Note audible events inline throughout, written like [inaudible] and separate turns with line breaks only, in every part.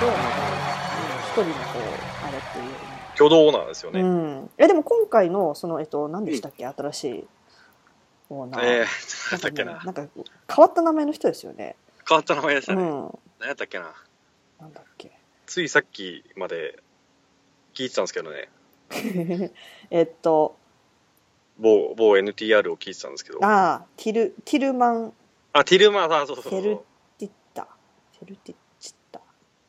どう思います一人のこうあれっていうよりも
挙動なんですよね。
うん、えでも今回のその、えっと、何でしたっけ、新しいオーナー、
えー、なんだっけな。
なんか変わった名前の人ですよね、
変わった名前でした
う
ね。なん、
ん、
何やったっけな。
なんだっけ
ついさっきまで聞いてたんですけどね。
えっと
某、某 NTR を聞いてたんですけど。あ、
ああティルティルマン
ティルマーさん、そうそうそ
テル
う。
ティッタフェルティッチッタ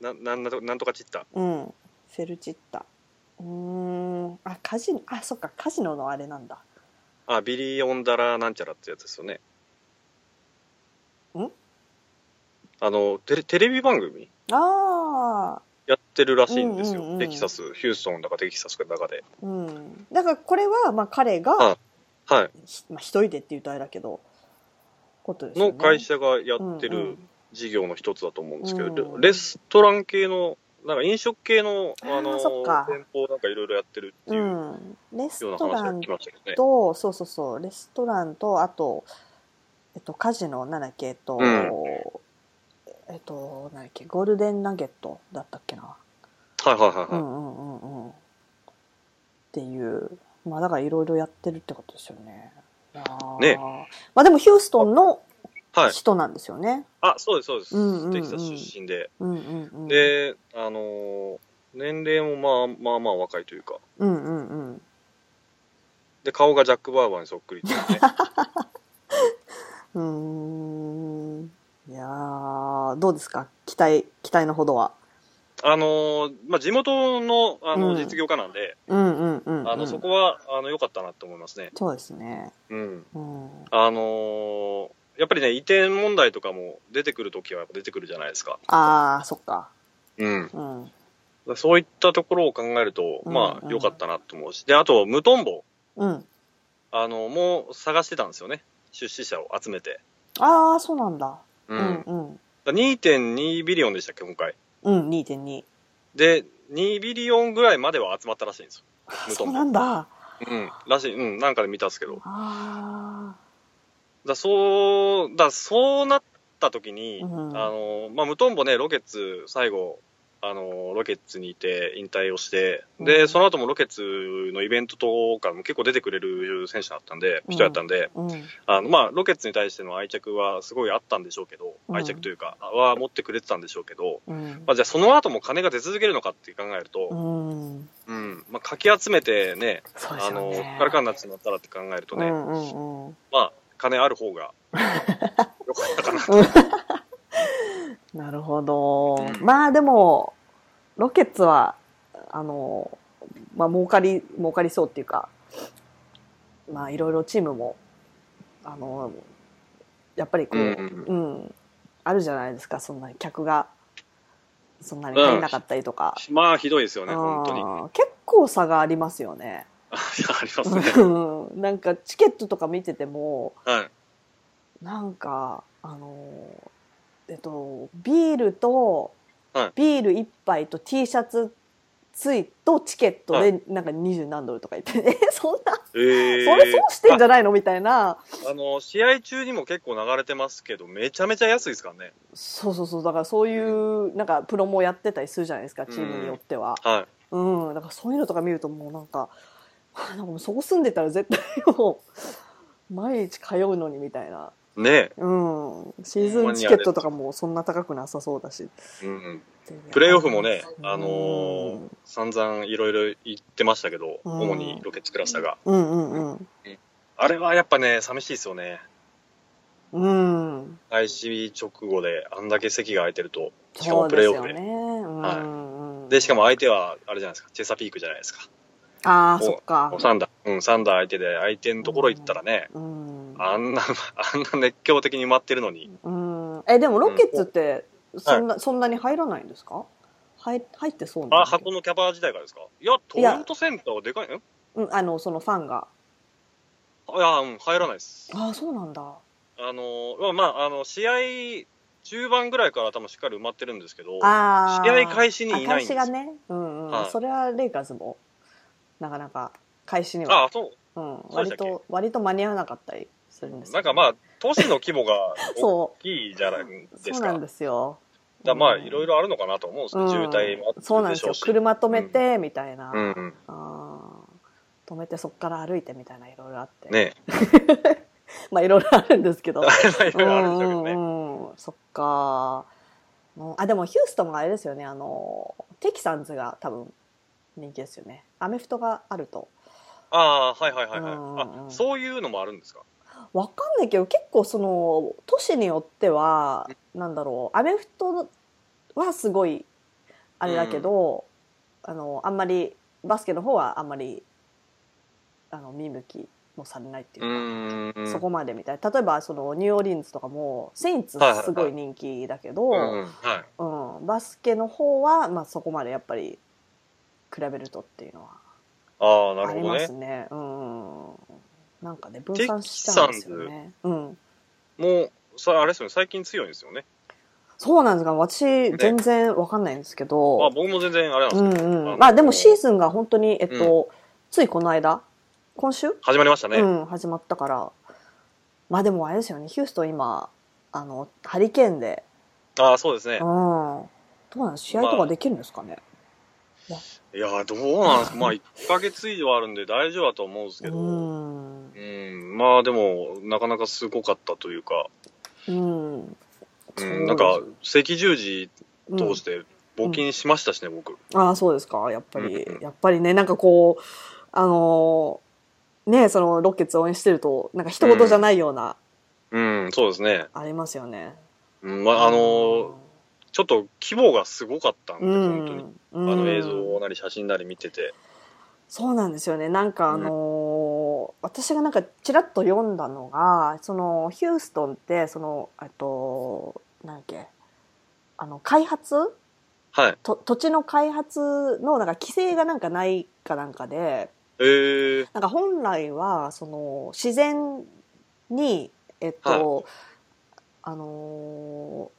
ななんだとなんとかちった。
うんフェルチッタうーんあカジノあそっかカジノのあれなんだ
あ、ビリオンダラなんちゃらってやつですよね。
ん
あのテレ、テレビ番組
ああ
やってるらしいんですよ。
うんうんうん
テキサス、ヒューストンだかテキサスかだかで。
うんだからこれは、まあ、彼が、
あはい。
ひまあ、一人でっていうとあれだけどことですよね
の会社がやって
うんう
る
ん
事業の一つだと思うんですけど、
うん
レレストラン系のなんか飲食系の
あー
あの
そっか、
店舗をなんかいろいろやってるっていううん
レス
ような
ト
話
ラ
が
ン
来ましたけどね。
と、そうそうそう、レストランと、あと、えっと、カジノ、なんだっけ、えっと、
うん
えっと、なんだっけ、ゴールデンナゲットだったっけな。
はいはいはいうはい。
んうんうんうん。っていう、まあだからいろいろやってるってことですよね。いやー
ね
まあでもヒューストンの
はい。
人なんですよね。
あ、そうですそうです。
うんうんうん
テキサス出身で。
うんうんうん。
で、あのー年齢もまあまあまあ若いというか。
うんうんうん。
で、顔がジャック・バーバーにそっくりっていう
[laughs]
ね。
うーん。いやー、どうですか期待、期待のほどは。
あのーまあ、地元のあ
う
の
ん
実業家なんで、
うんうんうん、うん。
あのそこはあの良かったなと思いますね。
そうですね。
うん。
うん。
あのーやっぱりね、移転問題とかも出てくるときはやっぱ出てくるじゃないですか。
ああ、そっか。
うん。
うん。
そういったところを考えると、
うん
ま
うん
あ、良かったなと思うし。で、あと、無トンボ、
うん。
あの、もう探してたんですよね。出資者を集めて。
ああ、そうなんだ。う
う。
んん
だか
うん。
ら2.2ビリオンでしたっけ、今回。
うん、2.2。
で、2ビリオンぐらいまでは集まったらしいんです
あ
無
そ
頓
うなんだ。
よ。うん。らしい。うん。なんかで見たんですけど。だか
あ
らそう、だからそうなった時に、
うん
あの、まあ、無トンボね、ロケッツ、最後、あの、ロケッツにいて引退をして、
う
で、
ん
その後もロケッツのイベントとかも結構出てくれる選手だったんで、
うん
人やったんで、
あ。うん。
あのまあ、ロケッツに対しての愛着はすごいあったんでしょうけど、
うん
愛着というか、は持ってくれてたんでしょうけど、
うん
まあ、じゃあその後も金が出続けるのかって考えると、
うん。
うんまあ、かき集めてね、
そうですよ
あの
ね。
からかになってしまったらって考えるとね、
うんうんうん。
まあ、金ある方がよかったかな。
なるほど。
うん
まあでも、ロケッツは、あの、まあ儲かり、儲かりそうっていうか、まあいろいろチームも、あの、やっぱりこう、
うんうん
うんあるじゃないですか、そんなに客が、そんなに入んなかったりとか。
まあ、ひどいですよね、本当に。 [laughs] あ
あー結構差がありますよね。
ありますね。
うん [laughs] なんかチケットとか見てても、
はい。
なんか、あのーえっと、ビールと、
はい
ビール1杯と T シャツついとチケットで、なんか二十何ドルとか言って、
[laughs]
え、そんな、
え
それ損
ー、
してんじゃないのみたいな。
あの、試合中にも結構流れてますけど、めちゃめちゃ安いですからね。
そうそうそう、だからそういう、なんかプロもやってたりするじゃないですか、チームによっては。
は
うん、だからそういうのとか見るともうなんか、はあなんかもうそこ住んでたら絶対もう、 [laughs] 毎日通うのにみたいな。
い。ね
うん。シーズンチケットとかもそんな高くなさそうだし。
え。うん。プレーオフもね、あの
う
ー
ん
散々いろいろ言ってましたけど、
うん
主にロケッツクラスターが。
うんうん
あれはやっぱね、寂しいですよね。
うん。うん。
開始直後であんだけ席が空いてると、しか
そ
も
う
プレ
で
ー
す
オフ
よ
で。
ね。うんうん。
で、しかも相手は、あれじゃないですか、チェサピークじゃないですか。
ああ、
もう
そっか
もう。サンダー、うん、サンダー相手で、相手のところ行ったらね、
うん。
あんな、 [laughs] あんな熱狂的に埋まってるのに、
うん。え、でもロケッツって、そんな、そんなに入らないんですか入、入ってそうなんだ
あ、
けど
箱のキャバー自体がですかいや、トロントセンターはでかいん
うん、あの、そのファンが。
あいや、うん、入らないです。
ああ、そうなんだ。
あの、まあまあ、あの、試合中盤ぐらいから多分しっかり埋まってるんですけど、
ああ。
試合開始にい
あ
ない
開
んです
始
よ
が。ね。うんうん
は。い
それはレイカーズも、なかなか、開始には。
ああ、そ
う
う。
ん。
そう
割
でしたっけ
と、割と間に合わなかったりするんですよ
なんかまあ、都市の規模が大
そ。
きいじゃないうで
そ
す
う
か。
なんですよ。
だからまあ、いろいろあるのかなと思うんですけど、
うん
渋滞もあ
そう
っ
なんで
てですし
よ
ょうし。
車止めてみたいな、
うんうん。
あー止めてそこから歩いてみたいないろいろあって、
ね [laughs]
まあいろいろあるんですけど
え。いろいろあるんでしょうけどね。
んうんうんそっか、うんあでもヒューストンがあれですよねあのテキサンズが多分人気ですよねアメフトがあると
ああ、はいはいはい
うんうんう
はい。
ん
あ、そういうのもあるんですか
わかんないけど結構その都市によってはなんだろうアメフトはすごいあれだけど、あのあんまりバスケの方はあんまりあの見向きもされないっていう
う
か、
ーん。
そこまでみたい例えばそのニューオーリンズとかもセインツすごい人気だけど、
うんうん。はい。
うんバスケの方は、まあ、そこまでやっぱり比べるとっていうのは
ああ、な
あ
る
り
ほど
ま
ね
す。ね。うんなんかね分散しちゃうんですよね。うん
もう、それあれですよね、最近強いんですよね。
そうなんですか私全然わかんないんですけ
まあ
ど、
僕も全然あれなんで
う
すけど、
んう
あ
ん、まあでもシーズンが本当に、えっとついこの間今週、
始まりましたね。
うん、始まったからまあでもあれですよねヒューストン今あのハリケーンで、
ああ、そうですね
うん、。どうなんです試合とかできるんですかね、
いやー、どうなんですか。まあ、1ヶ月以上あるんで大丈夫だと思うんですけど。
う
うん
ん、
まあでも、なかなかすごかったというか、
うん
う
そうです
ん、なんか、赤十字
うん
通して募金しましたしね、僕。
ああそうですかやっぱり、
うん
やっぱりねなんかこうあのーねそのロッケッツ応援してるとなんか人事じゃないような、
うん、そうですね。
ありますよね。
うん、まあ、あのーちょっと規模がすごかったんで、
うん、
本当に。
うん
あの映像なり写真なり見てて。
そうなんですよねなんかあのー私がなんかちらっと読んだのがそのヒューストンってそのえっとなんだっけあの開発
はい。
と土地の開発のなんか規制がなんかないかなんかで
えー、
なんか本来はその自然にえっと、あの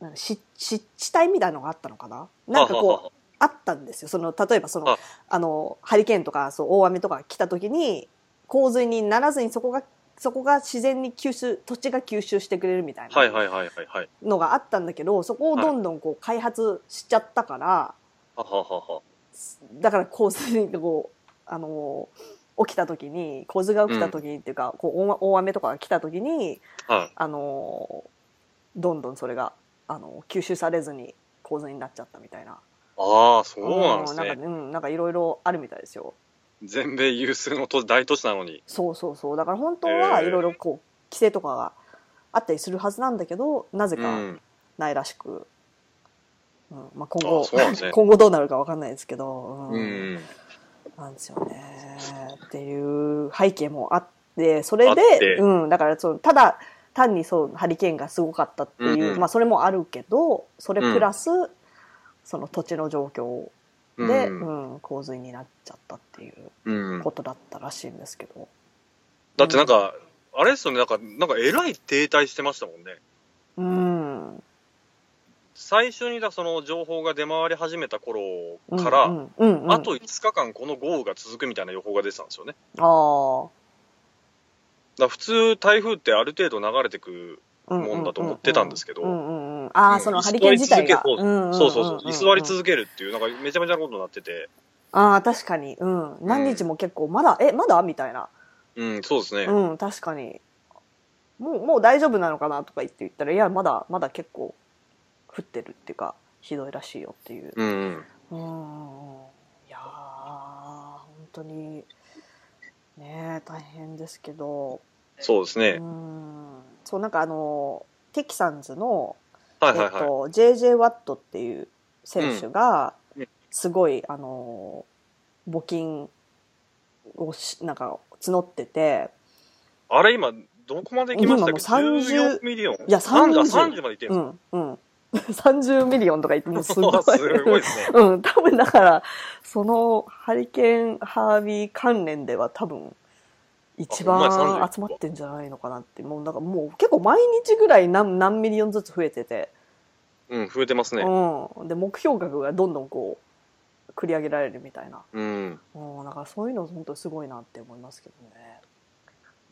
ーなんか湿湿地帯みたいなのがあったのかななんかこう
ははは
あったんですよ。その、例えばその、
あ
あの、ハリケーンとか、そう、大雨とか来た時に、洪水にならずにそこが、そこが自然に吸収、土地が吸収してくれるみたい
はい
な
はいはいはいはい。
のがあったんだけど、そこをどんどんこう開発しちゃったから、
はははは。
だから洪水がこう、あの、起きた時に、洪水が起きた時にっていうか、こう大大雨とかが来た時に、
はい。
あの、どんどんそれが、あの、吸収されずに洪水になっちゃったみたいな。
ああ、そうなんです
うん。な
ね
んか、うん、なんかいろいろあるみたいですよ。
全米有数の都大都市なのに。
そうそうそうだから本当
え
は
ー
いろいろこう規制とかがあったりするはずなんだけどなぜ
う
か
ん。
ないらしく、うんまあ、今
あ
後
そうなんですね
今後どうなるかわかんないですけど、うん
うん。
なんですよねっていう背景もあってそれ
あっ
で
て、
うん、だからそのただ単にそうハリケーンがすごかったっていう、
うんうん
まあ、それもあるけどそれプラス、その土地の状況で、
うん
うん洪水になっちゃったっていう
うん
こ、とだったらしいんですけど。
だってなんか、あれですよね、なんか、なんかえらい停滞してましたもんね。
うん
最初にだその情報が出回り始めた頃から、
うんうんうん、
あと5日間この豪雨が続くみたいな予報が出てたんですよね。
あ
だから普通台風ってある程度流れてく、
あ
もんだと思ってたんですけど
うんうんうん、あ
う
あ
ん
そのハリケーン自体が
居座り続け
んんんん
そうそうそう、居座り続けるっていう、なんかめちゃめちゃなことになってて、
ああ確かに、うん、何日も結構まだえまだみたいな、
うん、そうですね。
うん、確かにもうもう大丈夫なのかなとか言って言ったらいやまだまだ結構降ってるっていうかひどいらしいよっていう
うん、うん。
うんうんうんいやー本当にねえ大変ですけど
そうですね
う。んそうなんかあのテキサンズの
はいはい
えっ
は
と、JJ ワットっていう選手が
うんうん
すごい、あの募金をしなんか募ってて
い。あれ今、どこまで行きましたっけ
今もう30
?14 ミリオン。
いや30
30まで行ってる [laughs]
うんんうん [laughs] 30ミリオンとか言ってもう
ですす
ごい
かすごいです
[laughs]
ね。
うん多分だからそのハリケーンハービー関連では多分一番
あほんまや30
集まってんじゃないのかなってもうなんかもう結構毎日ぐらい何何ミリオンずつ増えてて、
うん、増えてますね。
うん、で目標額がどんどんこう繰り上げられるみたいな
うん。
うん、なんかそういうの本当すごいなって思いますけどね。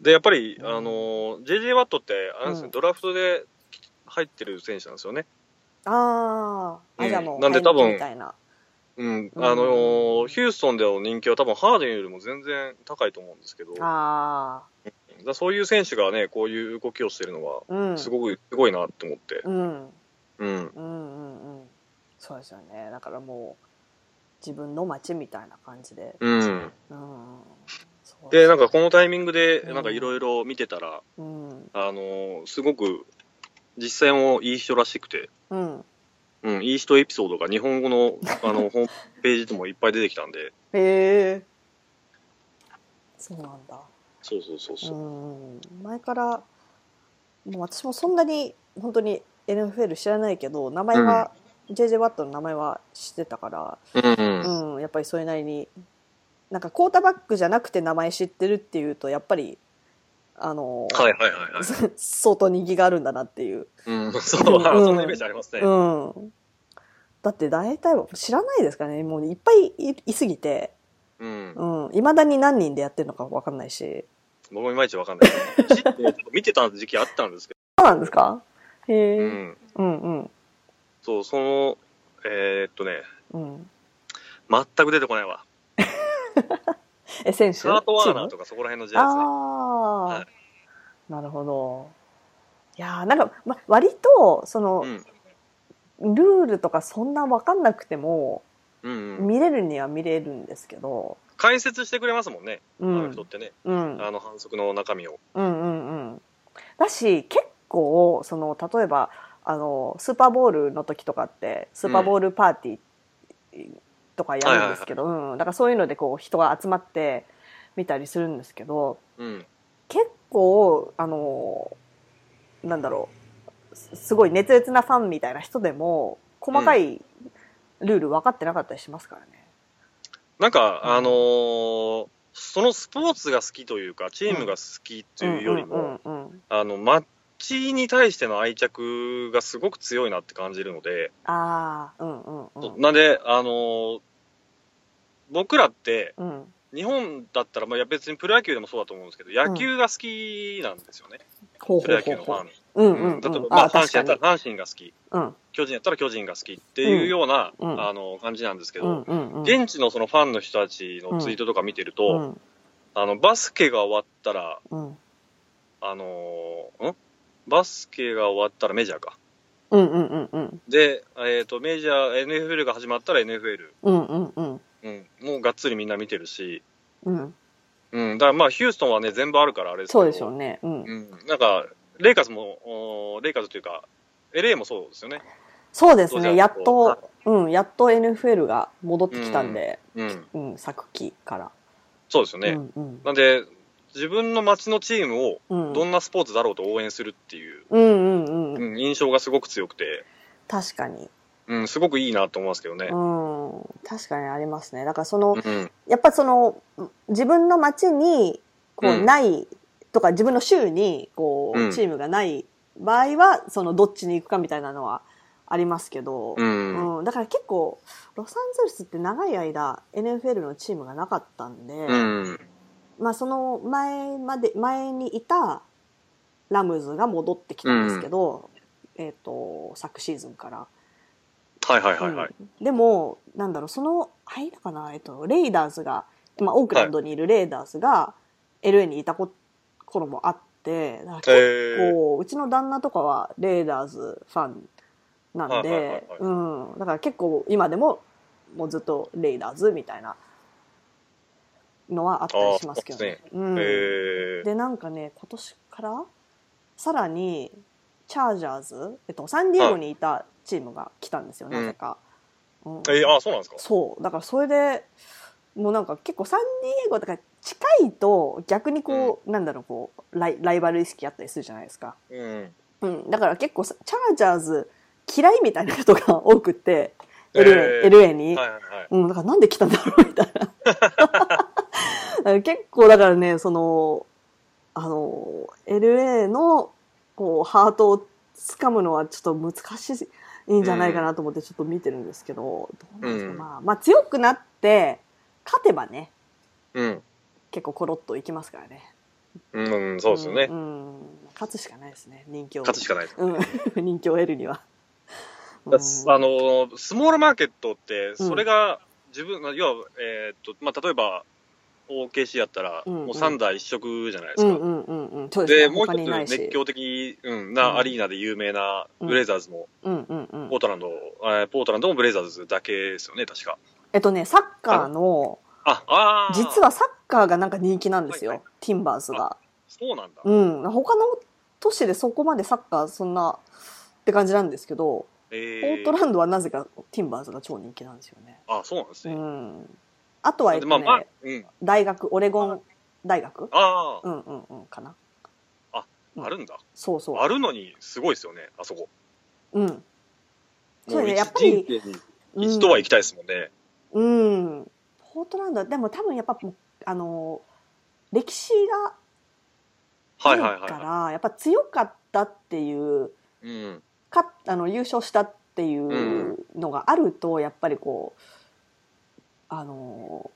で、やっぱり、
うん
あのー、JJ ワットって、あれですね、
うん
ドラフトで入ってる選手なんですよね。
あーあ、じゃあ
うん
もう、
なんで多分
早いみたいな。
うん、
うん
あのーヒューストンでの人気は多分ハーデンよりも全然高いと思うんですけど、だか
あ
らそういう選手がね、こういう動きをしてるのは、
あ、うん。
すごく、すごいなって思って。
うん。
うん。
うんうんうん。そうですよね。だからもう、自分の街みたいな感じで。
うん。
うん。そう
で、なんかこのタイミングで、
うん
なんかいろいろ見てたら、
うん。
あのーすごく、実際もいい人らしくて、
うん。
うん、いい人エピソードが日本語の、あ
[laughs]
の、ホームページでもいっぱい出てきたんで、
へえ。そうなんだ。
そうそうそうそうう。
ん。前から、もう私もそんなに、本当に NFL 知らないけど、名前は、JJ ワットの名前は知ってたから、
うん。
うん、やっぱりそれなりになんかクォーターバックじゃなくて名前知ってるっていうとやっぱりあのー
はいはいはいはい。
[laughs] 相当人気があるんだなっていう、
うん、 [laughs] そう、
うん
あそのイメージありますね。
うん、だって大体は知らないですからねもういっぱいいいすぎて
うん
い。ま、未だに何人でやってるのか分かんないし
僕もいまいちわかんない。知って、ちょっと見てた時期あったんですけ
そうなんですかへえ、
ど。
う
う
ん、
ん。
うんうん
そう、その、えーっとね、
うん
全く出てこないわ。
え選手
サートワーナー
チ
とかそこら辺の時
ーム
代です
あ
ね。
あ、
はい
なるほどいやーなんか、ま、割とその、
うん。
ルールとかそんな分かんなくても
うん、うん。
見れるには見れるんですけど、
解説してくれますもんね、
う
あ
ん、う
の
ん
人ってね。
うん
あの反則の中身を。
うんうんだし結構その例えばあのスーパーボールの時とかってスーパーボールパーティーとかやるんですけど、うん、だからそういうのでこう人が集まって見たりするんですけど
うん。
結構あのなんだろうすすごい熱烈なファンみたいな人でも細かいルール分かってなかったりしますからね。
なんか、あのーそのスポーツが好きというか、チームが好きというよりも、
うんうんうんうん
あの、マッチに対しての愛着がすごく強いなって感じるので、
ああうんうんうん
なんで、あのー僕らって、
うん
日本だったら、まあ、いや別にプロ野球でもそうだと思うんですけど、野球が好きなんですよね。
ほう
プ
ほ
ロ
う
野球
ほうほ
のファ
う
ン。
うんうんうん
例えば、ま
あ
あ、阪神
確
やっ
か
た
に
ら阪神が好き、
うん
巨人やったら巨人が好きっていうような、
うんうん
あの、感じなんですけど、
うんうんうん
現地のそのファンの人たちのツイートとか見てると、
うん
あの、バスケが終わったら、
うん
あのーんバスケが終わったらメジャーか。
うんうんうんうん
で、えっ、と、メジャー、NFL が始まったら NFL。
うんうんうん
うん。もうがっつりみんな見てるし。
うん
うん。だからまあ、ヒューストンはね、全部あるからあれですけど。
そうでしょうねうん
うん。なんか、レイカーズも、おーレイカーズというか、LA もそうですよね。
そうです
ドジャー
ね
ス
やっ
は
とうんやっと NFL が戻ってきたんで
うん。
うん昨季から
そうですよ
う
ね。
んうん
なんで、自分の街のチームを、
うん
どんなスポーツだろうと応援するっていう、
うんうんうん
うん、印象がすごく強くて、
確かに
うん、すごくいいなと思いますけどね
う。ん確かにありますねだからその
うん。
やっぱその自分の町にこ
う
うんない、とか自分の州にこう、
うん
チームがない場合はそのどっちに行くかみたいなのはありますけど、
うん。
うんだから結構ロサンゼルスって長い間 NFL のチームがなかったんで、
うん。
まあその前まで前にいたラムズが戻ってきたんですけど、えっ、と昨シーズンから。
はいはいはいはい。
うんでもなんだろうその間かな、えっと、レイダーズが、まあ、オークランドにいるレイダーズが LA にいたこ頃もあってだから
え
結
ー
構、うちの旦那とかはレイダーズファンなん
はいはいはい
で、
はい
うん、だから結構今でももうずっとレイダーズみたいなのはあったりしますけどね。うん
えー
でなんかね今年からさらにチャージャーズ、えっと、サンディエゴにいたチームが来たんですよ、
はい
なぜか、うん
えーあ、そうなんですか
そうだからそれでもうなんか結構サンディエゴだから近いと逆にこう、なんだろうこうライライバル意識あったりするじゃないですか、
うん。
うん、だから結構さチャージャーズ嫌いみたいな人が多くて LA,、
えー
LA に、
はいはいはい。
うん、だからなんで来たんだろうみたいな。だから結構だからね、その、あの、LA の、こう、ハートをつかむのはちょっと難しいんじゃないかなと思ってちょっと見てるんですけど、どうなんですか、
うん
まあ、まあ強くなって、勝てばね、
うん。
結構コロッといきますからね。
うん、そうですよね。
んうん勝つしかないですね、人気を。 [laughs]
勝つしかないです。
うん、人気を得るには。ううん
だあのスモールマーケットって、それが自分、まあ要は、えーっとまあ、例えば OKC やったら、
うんうん
もう3台一色じゃないで
う
すか。
んうんうんうん。そうですね。
で、もう
他にな
一
い
つ
し
熱狂的、うん、
うん
なアリーナで有名なブレイザーズも、
うんうんうん
ポー。トランド、えーポートランドもブレイザーズだけですよね、確か。
えっとね、サッカーの、
あ、ああ、
実はサッカーがなんか人気なんですよ。
はいは
ティンバーズが。
そうなんだ。
うん。他の都市でそこまでサッカーそんなって感じなんですけど、
え
ポートランドはなぜかティンバーズが超人気なんですよね。
あ、そうなんです
う
ね。
ん。あとは、えっと
まあまあ
ね、、
うん。
大学、オレゴン大学
ああ、
うんうんうん、かな。うん
あるんだ。
そうそう。
あるのに、すごいですよね、あそこ。
うん。そうね
も
やっぱり
人生に一度は行きたいですもんね。
うん。ポートランドは、でも多分やっぱ、あの、歴史があ
はい
る
はい
か
は
ら、やっぱ強かったっていう、
い。うん。
かあの優勝したっていうのがあると、やっぱりこうあの、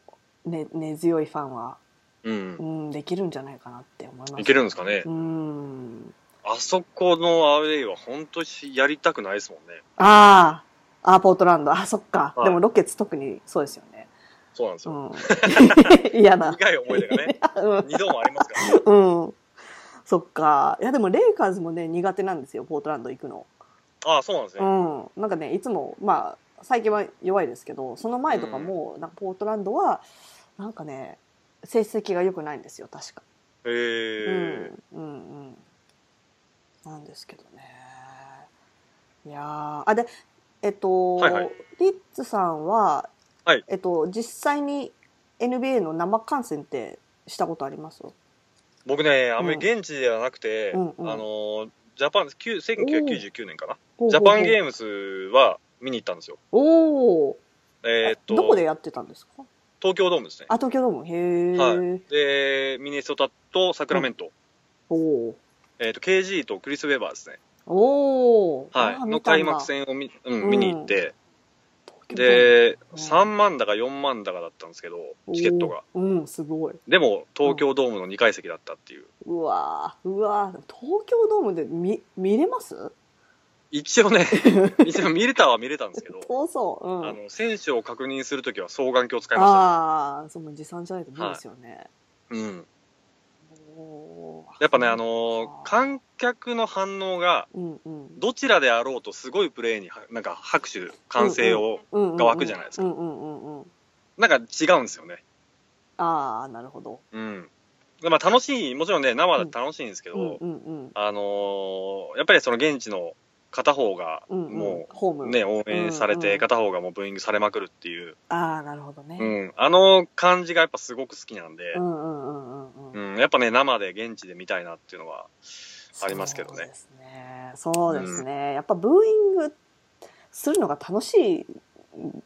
ね、根強いファンは、
うん
う。ん、できるんじゃないかなって思います。
いけるんですかね
う。ん
あそこのアウェイは本当にやりたくないですもんね。
あああーポートランドあそっか、
はい
でもロケッツ特にそうですよね、
そうなんです
う
よ。
ん、 [laughs] 嫌な
苦い思い出が
[laughs]
ね、二度もありますからね。
うん、うん、そっかいやでもレイカーズもね苦手なんですよポートランド行くの
ああ、そうなんですね。
うん、なんかねいつもまあ最近は弱いですけどその前とかもなんかポートランドはなんかね成績が良くないんですよ確か、
へえ。
うんうんうんなんですけどねいやーあでえっと、
はいはい
リッツさんは、
はい
えっと、実際に NBA の生観戦ってしたことあります
僕ね、あんまり
うん
現地ではなくて、
うんうん
あのー、ジャパン、きゅう1999年かな。ジ
ジ
ャパンゲ
ム
ームズは見に行ったんですよ。
おお、
えーっと、
どこでやってたんですか
東京ドームですね。
あ東京ドームへえ、
はで、ミネソタとサクラメント、
おお
えーっと、KG とクリス・ウェバーですね。
おお、
は
あ
い。
ー
の
見たんだ
開幕戦を見,、うん
うん
見に行って、
東京ドーム
で、
うん
3万だか4万だかだったんですけど、チケットが。
おーうんすごい
でも、東京ドームの2階席だったっていう。
うわーうわー東京ドームで見見れます
一応
[laughs]
ね、一応見れたは見れたんですけど、
そうそううん
あの、選手を確認するときは双眼鏡を使いました。
ああーその持参じゃないと無理ですよね、
うん。
おー
やっぱね、あのー観客の反応が、
うんうん
どちらであろうとすごいプレーには、なんか拍手、歓声を、
うんうん
が湧くじゃないですか
うんうんうんうん
なんか違うんですよね。
ああなるほど
うん。まあ楽しい、もちろんね、生だと楽しいんですけど、
うんうんうん
あのーやっぱりその現地の片方が、
うんうん
も
ホーム
うね、応援され
うんう
て、
ん
片方がもうブーイングされまくるっていう、
ああなるほどね、
うん、あの感じがやっぱすごく好きなんで
う、んうんうんうんうん
うん、やっぱね、生で現地で見たいなっていうのは、ありますけどね
そうですね。そうですね。やっぱブーイングするのが楽しい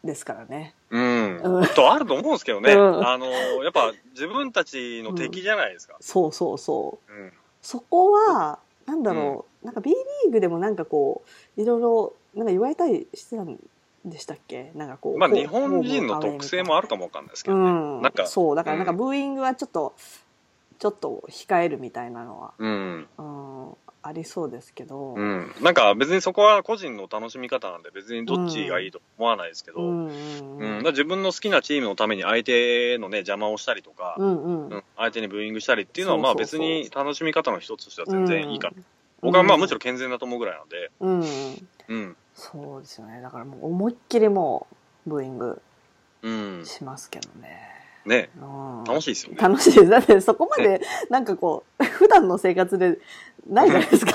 ですからね。
うん、
うん
とあると思うんですけどね、
うん
あのーやっぱ自分たちの敵じゃないですか。
そうそうそう。
うん
そこは、なんだろう、なんか B リーグでもなんかこう、いろいろ、なんか言われたりしてたんでしたっけなんかこう。
まあ日本人の特性もあるかもわかんないですけ
う
どね。
ん。
なんか
そう、だからなんか
うん
ブーイングはちょっと、ちょっと控えるみたいなのは、
うん。
うん、ありそうですけど。
う。ん。なんか別にそこは個人の楽しみ方なんで、別にどっちがいいと思わないですけど、
う
うん
んうんう
だ
ん。
から自分の好きなチームのために相手のね、邪魔をしたりとか、
うんうん
うん、相手にブーイングしたりっていうのは、まあ
そうそ
別
うそう
に楽しみ方の一つとしては全然いいかな。
うん
僕はまあむしろ健全だと思うぐらいなんで、
うん、
うん、
そうですよねだからもう思いっきりもうブーイング
うん、
しますけどね、
ね、
うん、
楽
し
しいですよ
い
ね。
楽しいですだってそこまでなんかこう普段の生活でないじゃないですか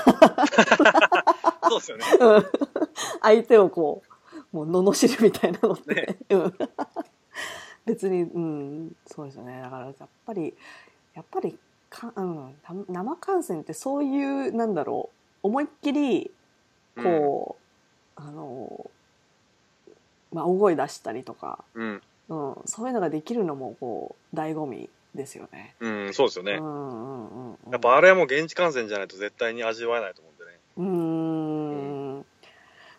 そうですよね。
うん [laughs] 相手をこうもう罵るみたいなのって、
ね
うん [laughs] 別にうんそうですよねだからやっぱりやっぱりか、うん、た生観戦ってそういうなんだろう思いっきりこう、あの、まあ、大声出したりとか、
うん、
うん、そういうのができるのも、こう、醍醐味ですよね。
うん、うん、そうですよね
う。んうんうんうん。
やっぱあれはもう現地観戦じゃないと絶対に味わえないと思うんでね。
うーん。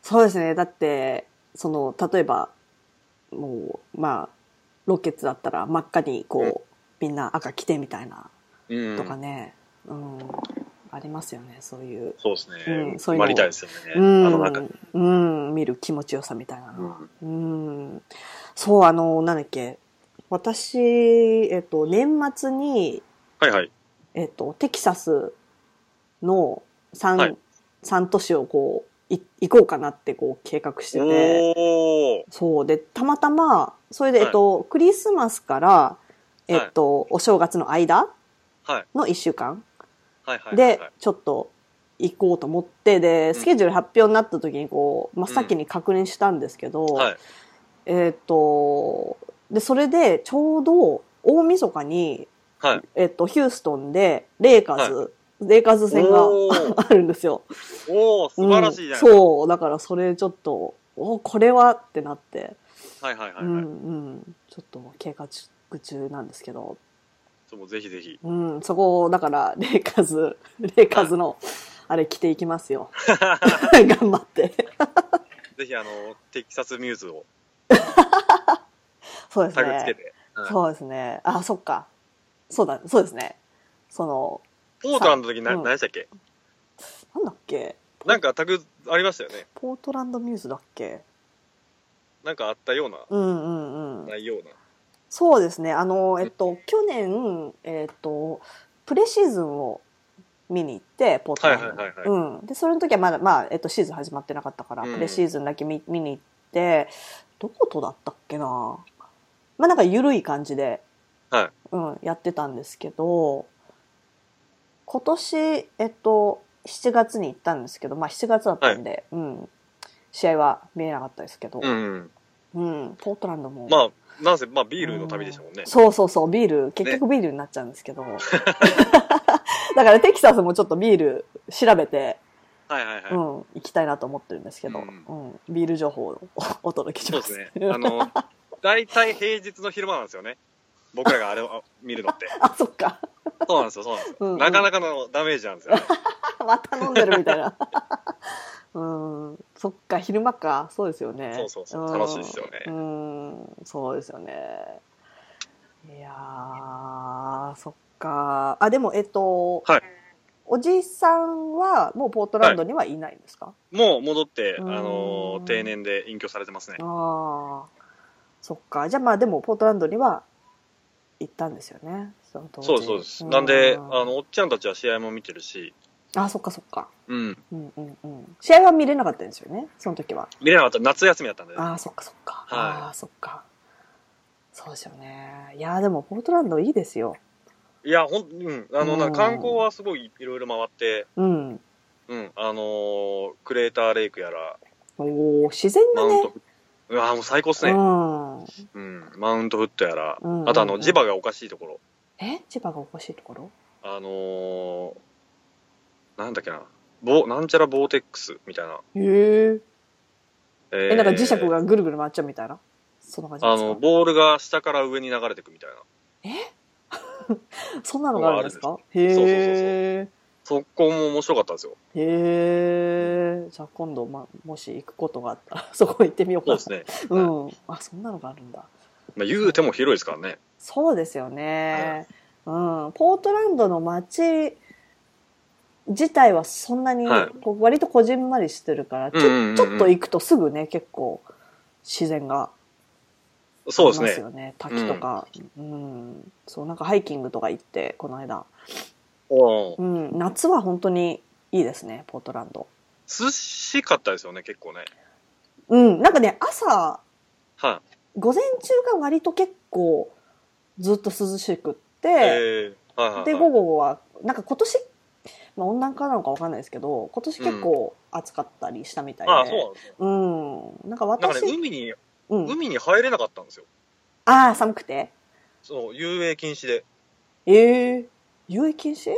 そうですね。だって、その、例えば、もう、まあ、ロケッツだったら真っ赤に、こう、みんな赤着てみたいな、
うん、
とかね。うん。あありますよね、そういう。
そうですね。
うんそういうのを
埋まりたいですよね。
うん、
あの中に。
うん、見る気持ちよさみたいなの
う
は
ん
うん。そう、あの、なんだっけ。私、えっと、年末に、
はいはい。
えっと、テキサスの3、
はい
三都市をこう、い行こうかなってこう計画してて。
おー。
そう。で、たまたま、それで、
はい
えっと、クリスマスから、えっと、お正月の間
はい
の1週間
はいはいはいはい。
で、ちょっと行こうと思って、で、スケジュール発表になった時にこう、真っ先に確認したんですけど、
はい。
えーっ、と、で、それでちょうど大晦日に、
はい。
えーっ、と、ヒューストンでレイカーズ、レイカーズ戦が
おー
あるんですよ。
おー、素晴らしいじゃないで
[laughs]
す
うん
か。
そう、だからそれちょっと、おこれはってなって、
はいはいはい
うん
はい。
うん、ちょっと計画中なんですけど、
そうもうぜひぜひ。
うん、そこを、だから、レイカーズ、 [laughs] レイカーズの、あれ着ていきます
[laughs]
よ。頑張って。
ぜひあの、テキサスミューズを
そうです
タグつけ
ね。
て。はい
そうですね。あ、そっか。そうだ、そうですね。その、
ポートランドの時な
うん
何でしたっけ
なんだっけ
なんかタグありましたよね。
ポートランドミューズだっけ
なんかあったような、
うんうんうん。
ないような。
そうですね。あの、えっと、去年、えっと、プレシーズンを見に行って、ポートランドの。
はいはいはいは
うん。で、それの時はまだ、まあ、えっと、シーズン始まってなかったから、
うん
プレシーズンだけ見見に行って、どことだったっけなまあ、なんか緩い感じで、
はい
うん、やってたんですけど、今年、えっと、7月に行ったんですけど、まあ、7月だったんで、うん。試合は見えなかったですけど、
うんうん。
うん、ポートランドも。
まあ、なんせ、まあ、ビールの旅でしたもんね。
そうそうそう、ビール、結局ビールになっちゃうんですけど。 [laughs] だからテキサスもちょっとビール調べて、
はいはいはい。
うん、行きたいなと思ってるんですけど、
う
うんん、ビール情報をお届けし
そう
ま
です
す。 [laughs]
ね。あの、大体平日の昼間なんですよね。僕らがあれをあ見るの
[laughs]
って。
あ、そっか。
そうなんですよ、そうなんですよ。
うんうん
なかなかのダメージなんですよね。
[laughs] また飲んでるみたいな。 [laughs] うん、そっか、昼間か。そうですよね。
そうそうそうん楽しいですよね
うん、そうですよね。いやー、そっか。あ、でも、えっと、
はい
おじさんはもうポートランドにはいないんですか、
もう戻って、あ
うん
の、定年で隠居されてますね。
ああ、そっか。じゃあまあでも、ポートランドには行ったんですよね。その当時
そうです、そうです。なんで、あ、
う
の、おっちゃんたちは試合も見てるし、
あ、そっかそっか。
うん。
うんうんうん。試合は見れなかったんですよね、その時は。
見れなかった。夏休みだったんでね。
ああ、そっかそっか。
はい
ああ、そっか。そうですよね。いやーでも、ポートランドいいですよ。
いや、ほん、うん。あの、なんか観光はすごいいろいろ回って、
うん。
うん。あのークレーターレイクやら、
おー自然
マ
が
ウン
ね
ト。フッうわーもう最高っす
う
ね。
ん。
うん。マウントフットやら、
うん
あとあの、磁場がおかしいところ。
え千葉がおかしいところ
あのー、なんだっけな、ボなんちゃらボーテックスみたいな。
へえ。
え
え、
ー
なんか磁石がぐるぐる回っちゃうみたいな。そんな感じ
あ
です
の、
か
ボールが下から上に流れてくみたいな。
そんなのがあるんですかへ
るんですよ
え。
そこも面白かったんですよ。
へえ。じゃあ今度、まあ、もし行くことがあったら、 [laughs] そこ行ってみようか
そう
な。
ですね。
うん。あ、そんなのがあるんだ。
まあ、言うても広いですからね。
そうですよね。うん。ポートランドの街自体はそんなに、
はい
こう割とこじんまりしてるから、ちょ
うんうんうんうん
ちょっと行くとすぐね、結構自然があ
そう
り
です
ます
ね。
よね。滝とか、うん、そう、なんかハイキングとか行って、この間。
おー
うん。夏は本当にいいですね、ポートランド。
涼しかったですよね、結構ね。
うん。なんかね、朝、
は
午前中が割と結構ずっと涼しくっ
い。
て、
えー、はいはい、はい。
で午後はなんか今年、まあ、温暖化なのかわかんないですけど今年結構暑かったりしたみたいで、
ああ、そうなんですよ。
うんなんか
だからね、
私、
海に、
うん、
海に入れなかったんですよ。
ああ寒くて
そう、遊泳禁止で。
ええー、遊泳禁止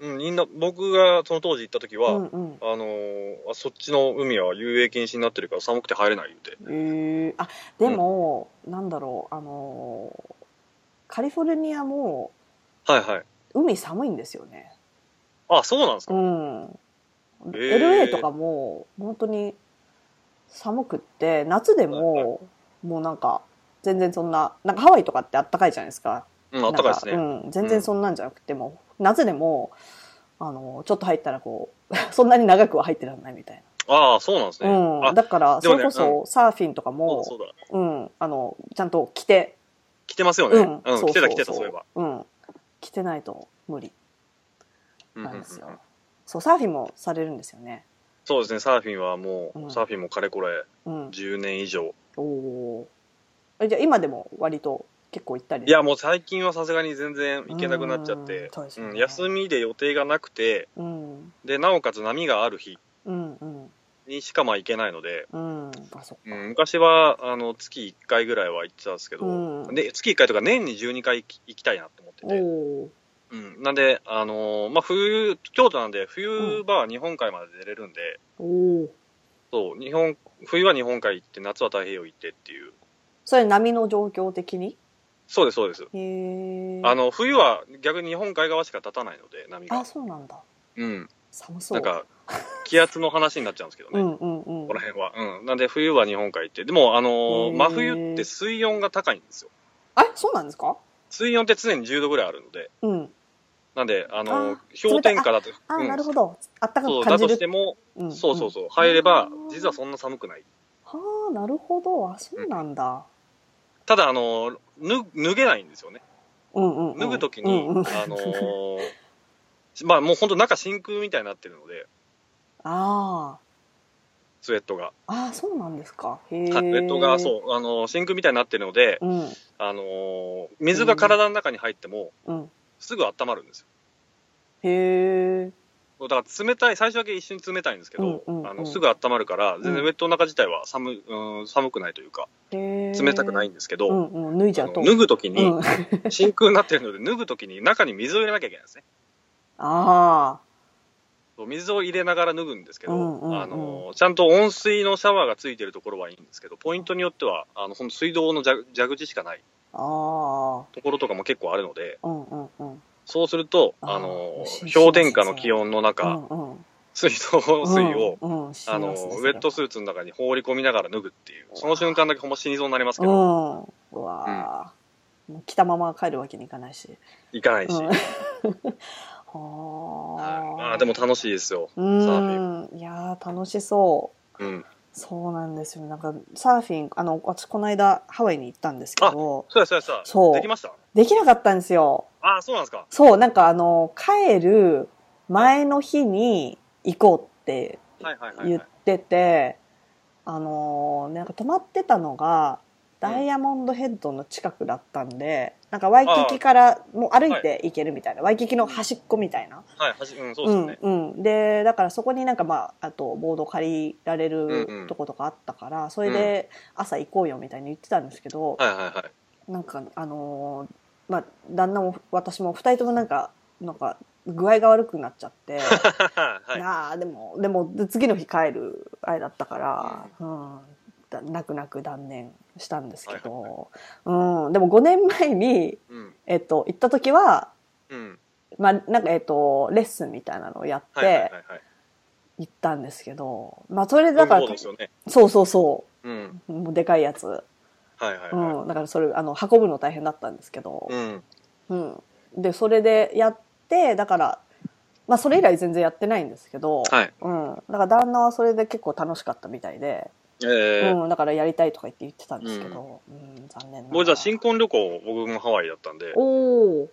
うん、みんな、僕がその当時行った時は、
うんうん
あのーあそっちの海は遊泳禁止になってるから寒くて入れない言うて。
ええあでも、なんだろうあのーカリフォルニアも
はいはい。
海寒いんですよね
あ、そうなんですか。
うん、
へー
LA とかも本当に寒くって夏でももうなんか全然そんななんかハワイとかってあったかいじゃないですか
うん、あったかいです
な
ね。
んうん、全然そんなんじゃなくても、夏でもあの、ちょっと入ったらこう、 [laughs] そんなに長くは入ってらんないみたい
ああ、そうなんですね。
な。う
あ
ん。、だから、
で
そ
も
れ
ね
こそサーフィンとか
そうだ
も、
そうだ。
うん、あの、ちゃんと着て、
来てますよ
う
ね。
ん、
うん、
そう
来て
そう
た来てた、そういえば。。
うん。着てないと無理
うんうん
な
うんん
ですよ。そう、サーフィンもされるんですよね。
そうですね、サーフィンはも
うん
う、サーフィンもかれこれ
うん。
10年以上。
おおー。えじゃあ今でも割と結構行ったり
いや、もう最近はさすがに全然行けなくなっちゃっ
うん
て
そうで、す
う
よね
ん休みで予定がなくて、
うん
で、なおかつ波がある日
うんうん
にしかまあ行けないので、
うんあそっか
うん、昔はあの月1回ぐらいは行ってたんですけど、
うん
で月1回とか年に12回行き行きたいなって思って
お
て、
お
うん、なんで、あのーまあ、冬京都なんで冬場は日本海まで出れるんで、
おお
そう日本冬は日本海行って夏は太平洋行ってっていう
それ波の状況的に
そうですそうです、
へえ
あの冬は逆に日本海側しか立たないので波
あ
が、
そうなんだ
うん、
寒そう
なんか気圧の話になっちゃうんですけどね、
うんうんうん
ここら辺は、うん、なんで冬は日本海行ってでも、あのー
へー
真冬って水温が高いんですよ
あれそうなんですか
水温って常に10度ぐらいあるので
うん
なんで、あの、
あ
氷点下だと、
あ
うん
なるほどあったか
そ
く
う、だ
感じ
として
る
も、
うん
そうそう
うん
そう、入れば
あー、
実はそんな寒くない。
はあなるほどあそうなんだ
ただ、あの、ぬ、脱げないんですよね。
うんうんうん
脱ぐとき
うんうん
に、あのー、 [laughs] まあもう本当中真空みたいになってるので、
あ
スウェットが。
あああそうなんですかへえ
スウェットが、そう、あのー、真空みたいになってるので、
うん
あのー、水が体の中に入っても、
うん
すぐ温まるんですよ。
へえ
だから冷たい、最初だけ一瞬冷たいんですけど、
うんうんうん
あのすぐ温まるから、全
う
然
ん
ウェットの中自体は寒,、うん、寒くないというか、冷
冷
たくないんですけど、
うんうん脱いじゃ
あ
う
の
と
脱ぐとき
う
に
ん、
[laughs]
[laughs]
真空になってるので、脱ぐときに中に水を入れなきゃいけないんですね。
ああ、
そう水を入れながら脱ぐんですけど、
うんうんうん
あのちゃんと温水のシャワーがついてるところはいいんですけど、ポイントによっては、あのその水道の蛇蛇口しかない
あ
ところとかも結構あるので、
あ、うんうんうん。
そうすると、
あー
あの
し
氷点下の気温の
う
中、
んうん。
水道水を、
うん、うん
あのウェット、スーツの中に放り込みながら脱ぐっていう、その瞬間だけほんま死にそうになります
う
けど、
ん。うわーもう着たまま帰るわけにいかないし。
行かないし、
うん [laughs]
はい
は
まあでも楽しいですよ。
う
サー
ん。いやー、楽しそう。
うん、
そうなんですよ。なんか、サーフィン、あの、私、この間、ハワイに行ったんですけど、
そうやそうやそうや。
そう
できました
できなかったんですよ。
ああ、そうなんですか。
そう、なんか、あの、帰る前の日に行こうって
はいはいはい、
言
は
っ
い。
てて、あのーなんか泊まってたのがダイヤモンドヘッドの近くだったんで、なんかワイキキからもう歩いて行けるみたいな、ワイキキの端っこみたいな。
はい、はじ、うん、そうですよね。
んうん、でだからそこになんかまああとボード借りられ
うんう
る
ん
とことかあったから、それで朝行こうよみたいに言ってたんですけど、
はいはいはい。
なんかあのーまあ旦那も私も二人ともなんかなんか具合が悪くなっちゃって。
はい。
なあでもでもで次の日帰るあれだったから、うんだ泣く泣く断念したんですけど、うん、でも5年前に、
[laughs] うん。
えっと、行った時は、
うん。
まあ、なんか、えっと、レッスンみたいなのをやっ
はいはいはい
て
はい。
行ったんですけど、まあそれでだ
だ
か
からら。そうですよね。
そうそうそ
うん。
うもうでかいやつ、
はいはいは
うん、だからそれあの運ぶの大変だったんですけど
い。、うん。
うん、でそれでやってだから、まあ、それ以来全然やってないんですけど、
はい。
うん、だから旦那はそれで結構楽しかったみたいで、
えー。
うん、だからやりたいとか言って言ってたんですけど、うん残念ながら
僕じゃあ新婚旅行、僕もハワイだったんで、
おー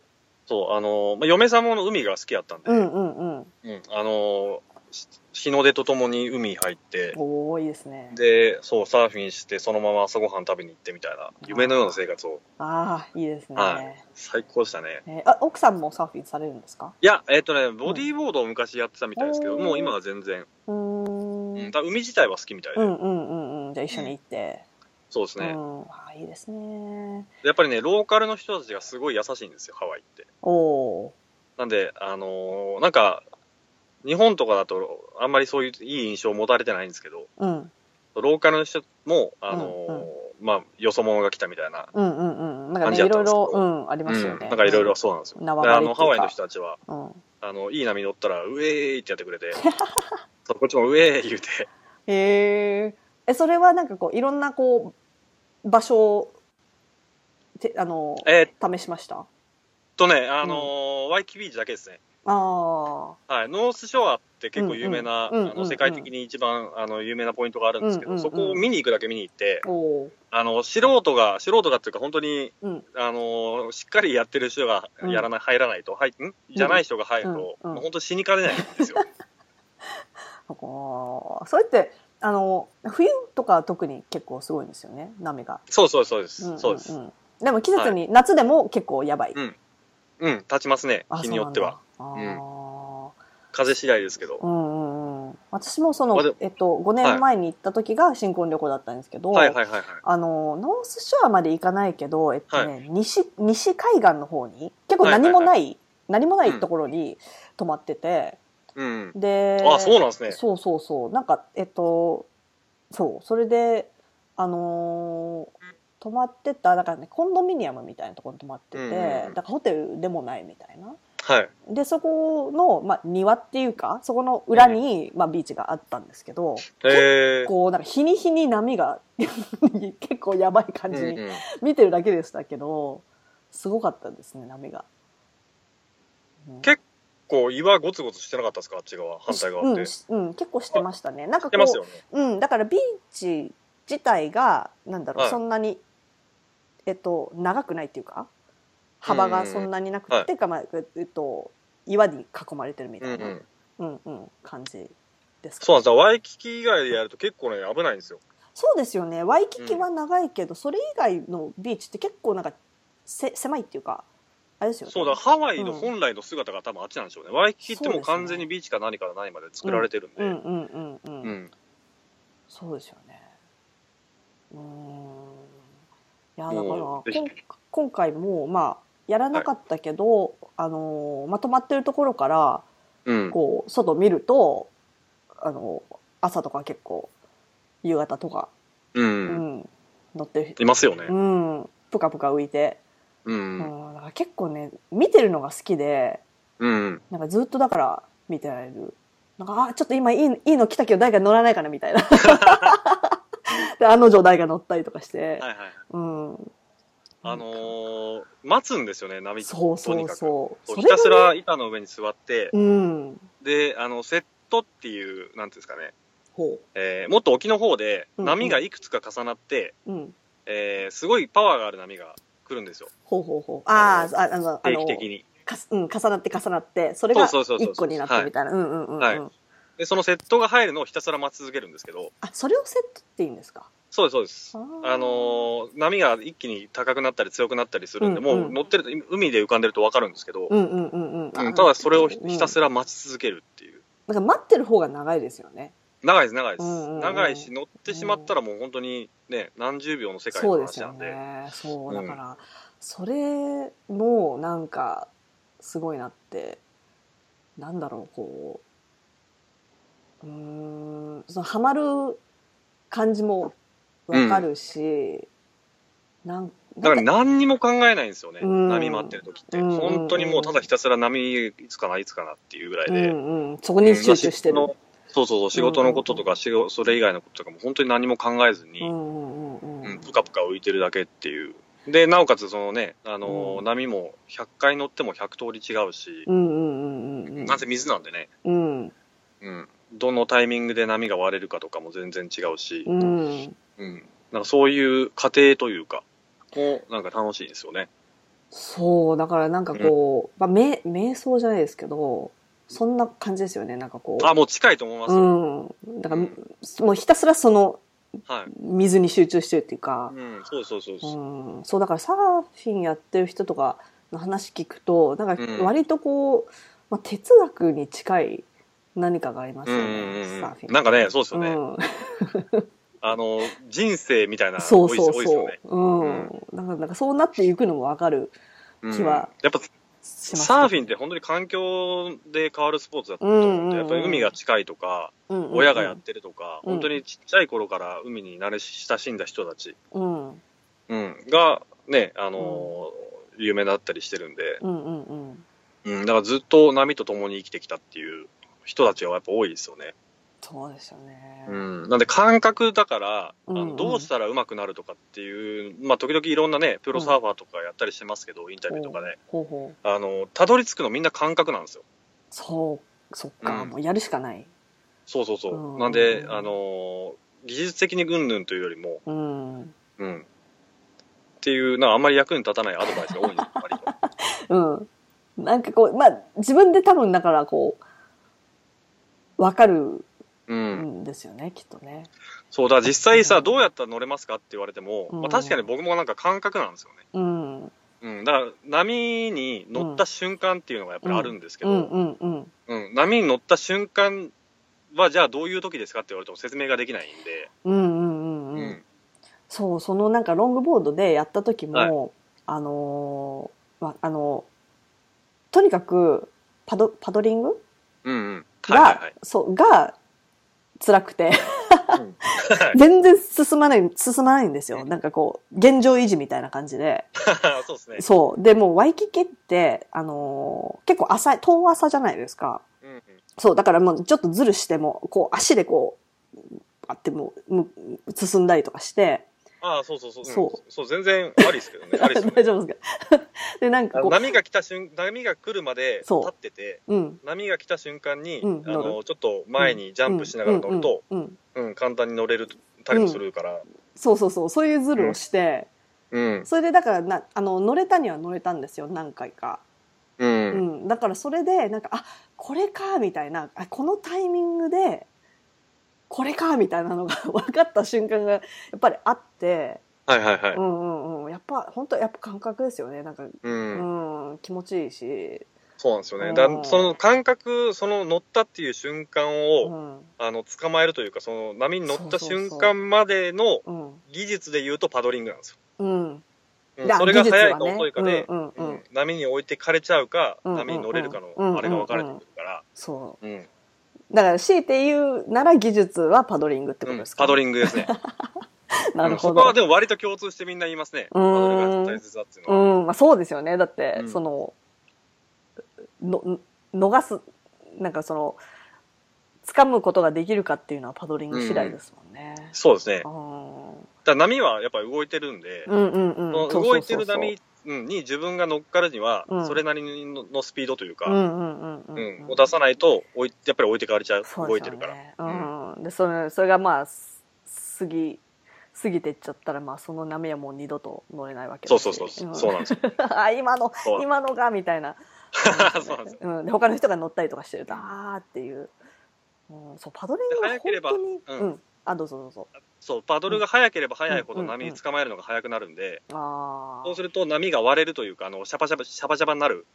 そう、あのー、まあ、嫁さんも海が好きだったんで、
うんうんうん
うんあのー、し日の出とともに海入って、
おおいいですね
で、そう、サーフィンして、そのまま朝ごはん食べに行ってみたいな、夢のような生活を、
ああいいですね、
はい最高でしたね。
えーあ奥さんもサーフィンされるんですか
いや、えっ、とね、ボディーボードを昔やってたみたいですけど、
うん
もう今は全然、
うーん
う、
うんん
だから海自体は好きみたいで、
うんうんうんじゃあ一緒に行って、
そうです
うん
ね、
あーいいですね
やっぱりね、ローカルの人たちがすごい優しいんですよ、ハワイって。
おお
なんで、あのーなんか、日本とかだと、あんまりそういういい印象を持たれてないんですけど、
ーうん
ローカルの人も、あのー
うん
まあ、よそ者が来たみたいな、
うんうんうんなんか
感
ね
じだ
い
った
ろ
ん
い
ですけ
ろ
ど
うんありますよ
うん
ね、
なんかいろいろそうなんですよ。
縄
で
張
あ
りってい
の、
うか
ハワイの人たちは、
うん、うん、
あの、いい波乗ったら、ウェーイってやってく
[laughs]
れて、そうこっちもウェーイ言うて、
へえ。え、それはなんかこう、いろんなこう、場所を、てあの、
えーっ
試しました
とね、あのーワイキビーチだけですね。
あ
はい、ノースショアって結構有名な、
うんうんうんうん
あの世界的に一番あの有名なポイントがあるんですけど、
うんうんうん
そこを見に行くだけ見に行って
あ、、おー
あの素人が、素人がっていうか、本当に、
うん
あのしっかりやってる人が
うん
やらない、入らないと、はい、んじゃない人が入ると、
うんうんうん
本当死にかねないんで
[laughs]
すよ。
そこそれって、あの、冬とか特に結構すごいんですよね、波が。
そうそうそうで
んん
す、
ん
そうです。。
でも季節に、夏でも結構やばい。
うんうん、立ちますね
あ、
日によっては。。
そうなんだあ
風次第ですけど
ー。うんうんうん。私もその
まあでも、
えっと、5年前に行った時が新婚旅行だったんですけど、
はいはいはいはい。
あの、ノースショアまで行かないけど、えっとね、西、西海岸の方に、結構何もない、
は
何もないところに泊まってて、
うん。
で、
あ、そうなんですね。
そうそうそう。なんか、えっと、そう、それで、あのー泊まってた、だからね、コンドミニアムみたいなところに泊まってて、
うんうんうん
だからホテルでもないみたいな。
はい。
で、そこの、まあ、庭っていうか、そこの裏に、まあ、ビーチがあったんですけど、
えー。
こう、なんか日に日に波が [laughs] 結構やばい感じ
うん
に
うん、
見てるだけでしたけど、すごかったですね、波が。うん
結こう岩ゴツゴツしてなかったですかあっち側反対側って、
うん
し
しうん、結構してましたね。なんかこ
て
う
ま、すよね
うん、だからビーチ自体がなんだろう、
はい
そんなに、えっと、長くないっていうか幅がそんなになくて、
うんうんうんはい
っていうか、まあえっと、岩に囲まれてるみ
うん
た
う
いな、うん
ん
うん感じですか
そうなんですよワイキキ以外でやると結構ね危ないんですよ
そうですよねワイキキは長いけど、それ以外のビーチって結構なんかせ狭いっていうかあれですよね
そうだハワイの本来の姿が多分あっちなんでしょうね、ワイキキってもう完全にビーチから何から何まで作られてるんで
うんうんうんうん、
うん
そうですよねうーんいやだから
も
こ
うぜひ
ん今回もまあやらなかったけど、あのーまとまってるところから
うん
こう外見るとあの朝とか結構夕方とか、
う
うんん、乗ってる人、
いますよね
うん、ぷかぷか浮いて、
う
うんん、だから結構ね見てるのが好きで
うん
なんかずっとだから見てられる。なんか、あ、ちょっと今いいいいの来たけど誰か乗らないかなみたい
[laughs]
な。で、あの女誰が乗ったりとかして。
はいはい
うん。
あのー、待つんですよね波
そう
と
そ
に
う
かく
そう。
こ
そうれ
ひた
が
す
ね
ら板の上に座って、
うん。
であのセットっていうなんていうんですかね、
ほ
えー、もっと沖の方で
うんうん
波がいくつか重なって、
う。うん。
えーすごいパワーがある波が来るんですよ、
ほうほうほう。ああ、ああの、あ
定
の
期、的に。
かすうん、重なって重なって、それが
そうそうそうそう
一個になってみたいな。うんうんうんうん。
はいで、そのセットが入るのをひたすら待ち続けるんですけど、
あ、それをセットっていいんですか
そうです、そうです。
ー
あのー波が一気に高くなったり強くなったりするんで、
うんうん
もう乗ってると、海で浮かんでると分かるんですけど、
うんうんうんうん。
うんただそれをひ
うん
ひたすら待ち続けるっていう。
なんか待ってる方が長いですよね。
長いです、長いで
うんうんう
す。
ん
長いし、乗ってしまったらもう本当にね、何十秒の世界の
そうです
話な
よ
んで。
ね。そうう、
ん
だから、それもなんか、すごいなって、なんだろう、こう、うーん、その、ハマる感じもわかるし、なん
だか
な
ら
んか
何にも考えないんですよね、
うん
波待ってる時って。
うんうんうん
本当にもうただひたすら波いつかな、いつかなっていうぐらいで。
うんうん、そこに集中してる
まあ。そうそうそう、仕事のこととか、仕事それ以外のこととかも本当に何も考えず
う
に、
んうんうんう
うんん、。ぷかぷか浮いてるだけっていう。で、なおかつ、そのね、あのー
うん
波も100回乗っても100通り違うし
う、んうんうんうんうん。
なぜ水なんでね、
うん。
うん、どのタイミングで波が割れるかとかも全然違うし
う、ん。
うん、なんかそういう過程というか、もうなんか楽しいですよね。
そう、だからなんかこう、まあ、め瞑想じゃないですけど、そんな感じですよね、なんかこう。
あ、もう近いと思いますよ。
うん。だから、
うん
もうひたすらその
はい。
水に集中してるっていうか、
うん、そうそうそう
う
そ
ん、そうだからサーフィンやってる人とかの話聞くと、なんか
うん
割とこう、まあ、哲学に近い何かがあります
う。う
よ
ん
ね、
うん
サーフィ
う
ン。
ん。なんかね、そうですよね。 [laughs]
うん
あの、人生みたいな、
そうそう
多いですよ
そ
ね。
う。うん。だからなんかそうなっていくのもわかる
うん
気は
やっぱ
します。
サーフィンって本当に環境で変わるスポーツだと思って、
うんうんうん
やっぱり海が近いとか、
ィン
親がやってるとか、
うん
本当にちっちゃい頃から海に慣れ親しんだ人たち、
うんうん
うん、がね、あのー有名だったりしてるんで、
うんうん。
うん、だからずっと波と共に生きてきたっていう人たちがやっぱ多いですよね。
そうですよね。
うん、なんで感覚だから、あ
うんう
の
ん
どうしたら上手くなるとかっていう、まあ時々いろんなね、プロサーファーとかやったりしてますけど、インタビューとかね、
ほうほう。
あの、たどり着くのみんな感覚なんですよ。
そう、そっか、
うん
もうやるしかない。
そうそうそう。
うん
なんで、あのー技術的にうんぬんというよりも、
うん。
うん。っていう、なんかあんまり役に立たないアドバイスが多いん
[laughs]
ですよ、割と。
うん。なんかこう、まあ、自分で多分だからこう、わかる
うん
ですよね、きっとね。
そうだ、実際さ、どうやったら乗れますかって言われても、
うん
まあ、確かに僕もなんか感覚なんですよね。
うん。うん
うん、だから波に乗った瞬間っていうのがやっぱりあるんですけ
う
ど、うん
んうん
波に乗った瞬間は、じゃあどういう時ですかって言われても説明ができないんで、
うんうんうんう
う
ん。
ん、
そう、そのなんかロングボードでやった時
はい
も、あのー、まあの、とにかく、パド、パドリング
うん、うん、はいはいは
が
い、
そう、が、辛くて、 [laughs]
うんはい
全然進まない、進まないんですよ。
うん
なんかこう、現状維持みたいな感じで。
[laughs] そうですね。
そう。で、もうワイキキって、あのー結構浅い、遠浅じゃないですか。
うんうん、
そう。だからもうちょっとズルしても、こう足でこう、あってもう、む進んだりとかして、
ああ、そうそうそう、うん
そ
そう、全然ありですけど
[laughs]
ね、あ
大
りです
丈
よ
夫で
ね。
すか [laughs] で、なん
あ
か
の
こう、
波が来た瞬、波が来るまで立
そう
ってて、
うん。
波が来た瞬間に、
うん
あ
乗
の、ちょっと前にジャンプしながら乗ると、
うん。うんうん
うん、簡単に乗れる、たりもするから、
そうそうそう、そういうズルをして、
うん、
それでだからな、あの、乗れたには乗れたんですよ、何回か。
う、
うんん。だからそれで、なんか、あ、これか、みたいな、あこのタイミングで、これか、みたいなのが [laughs] 分かった瞬間が、やっぱりあって、。
はいはいはい
ん
う
うんうん。やっぱ、本当やっぱ感覚ですよね。なんか、
うん
うん、気持ちいいし。
そうなんですよ
う
ね。
ん
だその感覚、その乗ったっていう瞬間
う
を、
ん。
あの、捕まえるというか、その波に乗った
そうそうそう
瞬間までの
うん。
技術で言うとパドリングなんですよ。
うん。
うん
だ
それが
技術は
速
ね
いか遅いかで、
うんうんうん
うん波に置いてかれちゃうか、
うんうんうん
波に乗れるかの、
うんうんうん
あれが分かれてくるから、
そ
うん
う。だから、強いて言うなら技術はパドリングってこと
うん
ですか、
パドリングで
[laughs]
すね。
ング。なる
う
ほ
んそこは
ど。
でも割と共通してみんな言いますね。
う
パ
ん
ドリングが大切だっていうのは。
うん、まあそうですよね。だって、
うん
その、の、逃す、なんかその、掴むことができるかっていうのはパドリング次第ですもんね。
そうですね。だか
う
ら波はやっぱり動いてるんで、
ん、うん、うんうん。
そ
そ
の
うそうそうそう
動いてる波うんに自分が乗っかるには
うん、
それなりののスピードというか
う、んうんうんうん
う
うん
ん、を出さないとおい、やっぱり置いてかれちゃう、
そう
動
で
い
す
て
よ
るから。
ね。うんうん。で、それ、それがまあ、す過ぎ、過ぎてっちゃったら、まあ、その波はもう二度と乗れないわけ
そ
だ
う
し
そうそう、そうなんですよ。
[laughs] あ、今の
そう、
今のが、みたいな。
[laughs] そうなんですよ。
うん。で、他の人が乗ったりとかしてると、あーっていう。うん、そう、パドリングは
早ければ
本当に、
う
うんん。あ、どうぞどうぞ。
そう、パドルが速ければ速いほど
うん
波に捕まえるのが速くなるんで、
あ
そう
ー。
すると波が割れるというか、あの、シャバシャバ、シャバシャバになる、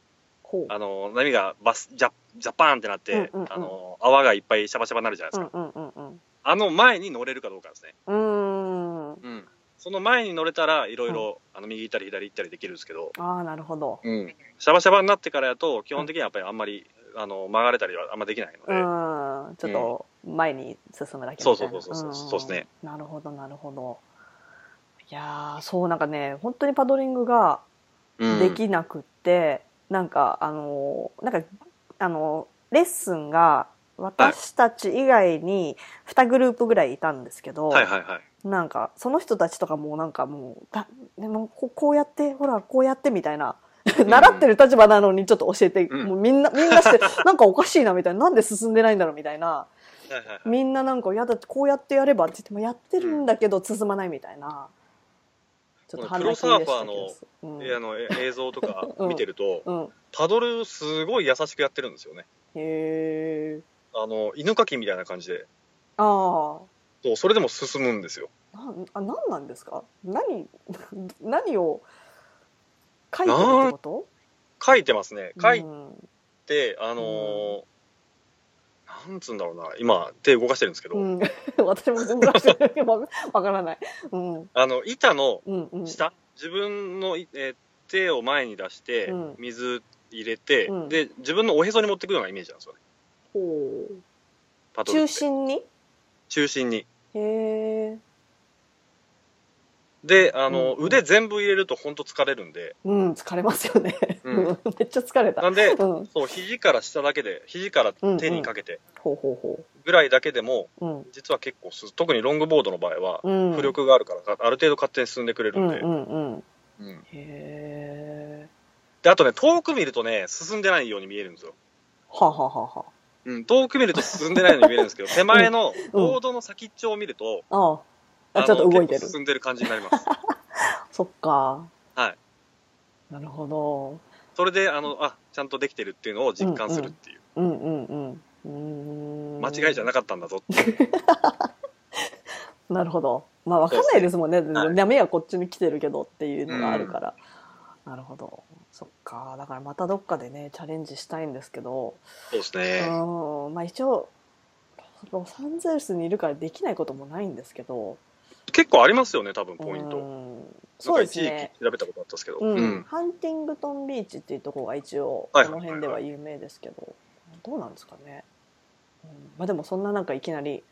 ほう。
あの、波がバス、ジャ、ジャパーンってなって、
うんうんうん
あの、泡がいっぱいシャバシャバになるじゃないで
う
す
ん
か。
うんうんうん。
あの前に乗れるかどうかですね。
うーん。
うん。その前に乗れたら、いろいろ、あの、右行ったり左行ったりできるんですけど、
あー、なるほど。
うん。シャバシャバになってからやと、基本的にはやっぱりあんまり、あの、曲がれたりはあんまできないの
う
で、
ん。ちょっと、前に進むだけみたいな。
そうそうそうそうそうですね
うん。なるほど、なるほど。いやー、そう、なんかね、本当にパドリングが
うん
できなくって、なんか、あのー、なんか、あのー、レッスンが、私たち以外に2グループぐらいいたんですけど、
はいはいはい。
なんかその人たちとかもうなんかもうだでもここうやってほらこうやってみたいな習ってる立場なのにちょっと教えて、
うん
もうみんなみんなしてなんかおかしいなみたいななんで進んでないんだろうみたいな
はいはいはい。
みんななんか、いやだってこうやってやればって言っても、やってるんだけど進まないみたいな。ちょっと鼻
プロサーファーの
うん
えあのえ [laughs] 映像とか
うん
見てると、
うん。
パドルすごい優しくやってるんですよね。
へえ。
あの、犬かきみたいな感じで。
あ
そう、それでも進むんですよ。
あ。なん、あ、なんなんですか何、 [laughs] 何を書いてるってこと
書いてますね。書い
うん
て、あのーなんつうんだろうな。今、手動かしてるんですけど、
うん。 [laughs] 私も全部出してるだけわわからない。うん。うん
あの、板の
うん。
下、自分のい、えー手を前に出して、
うん
水入れて、
うん
で、自分のおへそに持ってくるようなイメージなんですよね。
ほう
パドルっ
中
て。
心に
中心に。
へえ。
で、あの、
うん
腕全部入れるとほんと疲れるんで、
うん、疲れますよね。
うん
[laughs] めっちゃ疲れた。
なんで、
うん。
そう、肘から下だけで、肘から手にかけて
ほうほうほ
ぐらいだけでも、
う。うん。
実は結構す、特にロングボードの場合は、
うん。
浮力があるから、ある程度勝手に進んでくれる
うんんう
で。
んうん。
うん
へえ。
で、あとね、遠く見るとね、進んでないように見えるんですよ。
はあ、はあはあは
うん、遠く見ると進んでないのに見えるんで
[laughs]
すけど、手前のボードの先っちょを見ると、
あ、ああ。
あ
あ、ちょっと
の
動いてる
結構。進んでる感じになります。
そっか。
はい。
なるほど。
それで、あの、あ、ちゃんとできてるっていうのを実感するっていう。
うんうんうん。うーん。
間違いじゃなかったんだぞ
[laughs]
って。
なるほど。まあ、わかんないですもんね。
はい
ダメがこっちに来てるけどっていうのがあるから。なるほど。そっか。だからまたどっかでね、チャレンジしたいんですけど。
そうですね。
うん。まあ一応、ロサンゼルスにいるからできないこともないんですけど。
結構ありますよね、多分ポイン
う
ト。
ん
なん
そう
か
で
一
す
時期
ね。
調べたことあったんですけど。
うん
うん。
ハンティングトンビーチっていうところが一応こ
はい
の辺では有名ですけど、どうなんですかね、うんまあ、でもそんななんかいきなり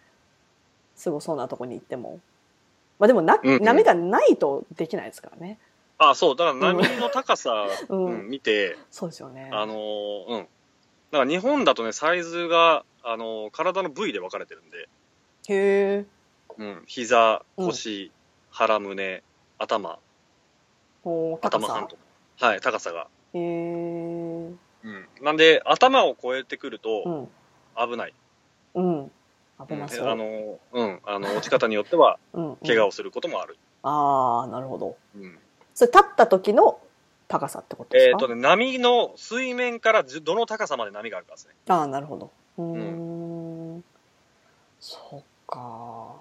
すごそうなとこに行っても、まあ、でもな、
うんうん
波がないとできないですからね、
あ、そう、だから波の高さ、
うん
うん、見て、
そうですよね
あのーうん。だから日本だとね、サイズが、あのー体の部位で分かれてるんで、
へえ
うん。膝、
うん
腰、腹、胸、頭、
おー高
頭半
さ
とか。はい、高さが。
へえ
うん。なんで、頭を越えてくる
う
と
ん
危ない。
うん危なそう、
あの、うん、あの、落ち方によっては、
うんうん
怪我をすることもある。
ああなるほど
うん。
それ立った時の高さってことです
え
か
っ、、とね、波の、水面からじゅどの高さまで波があるかですね。
ああなるほどうーんそっか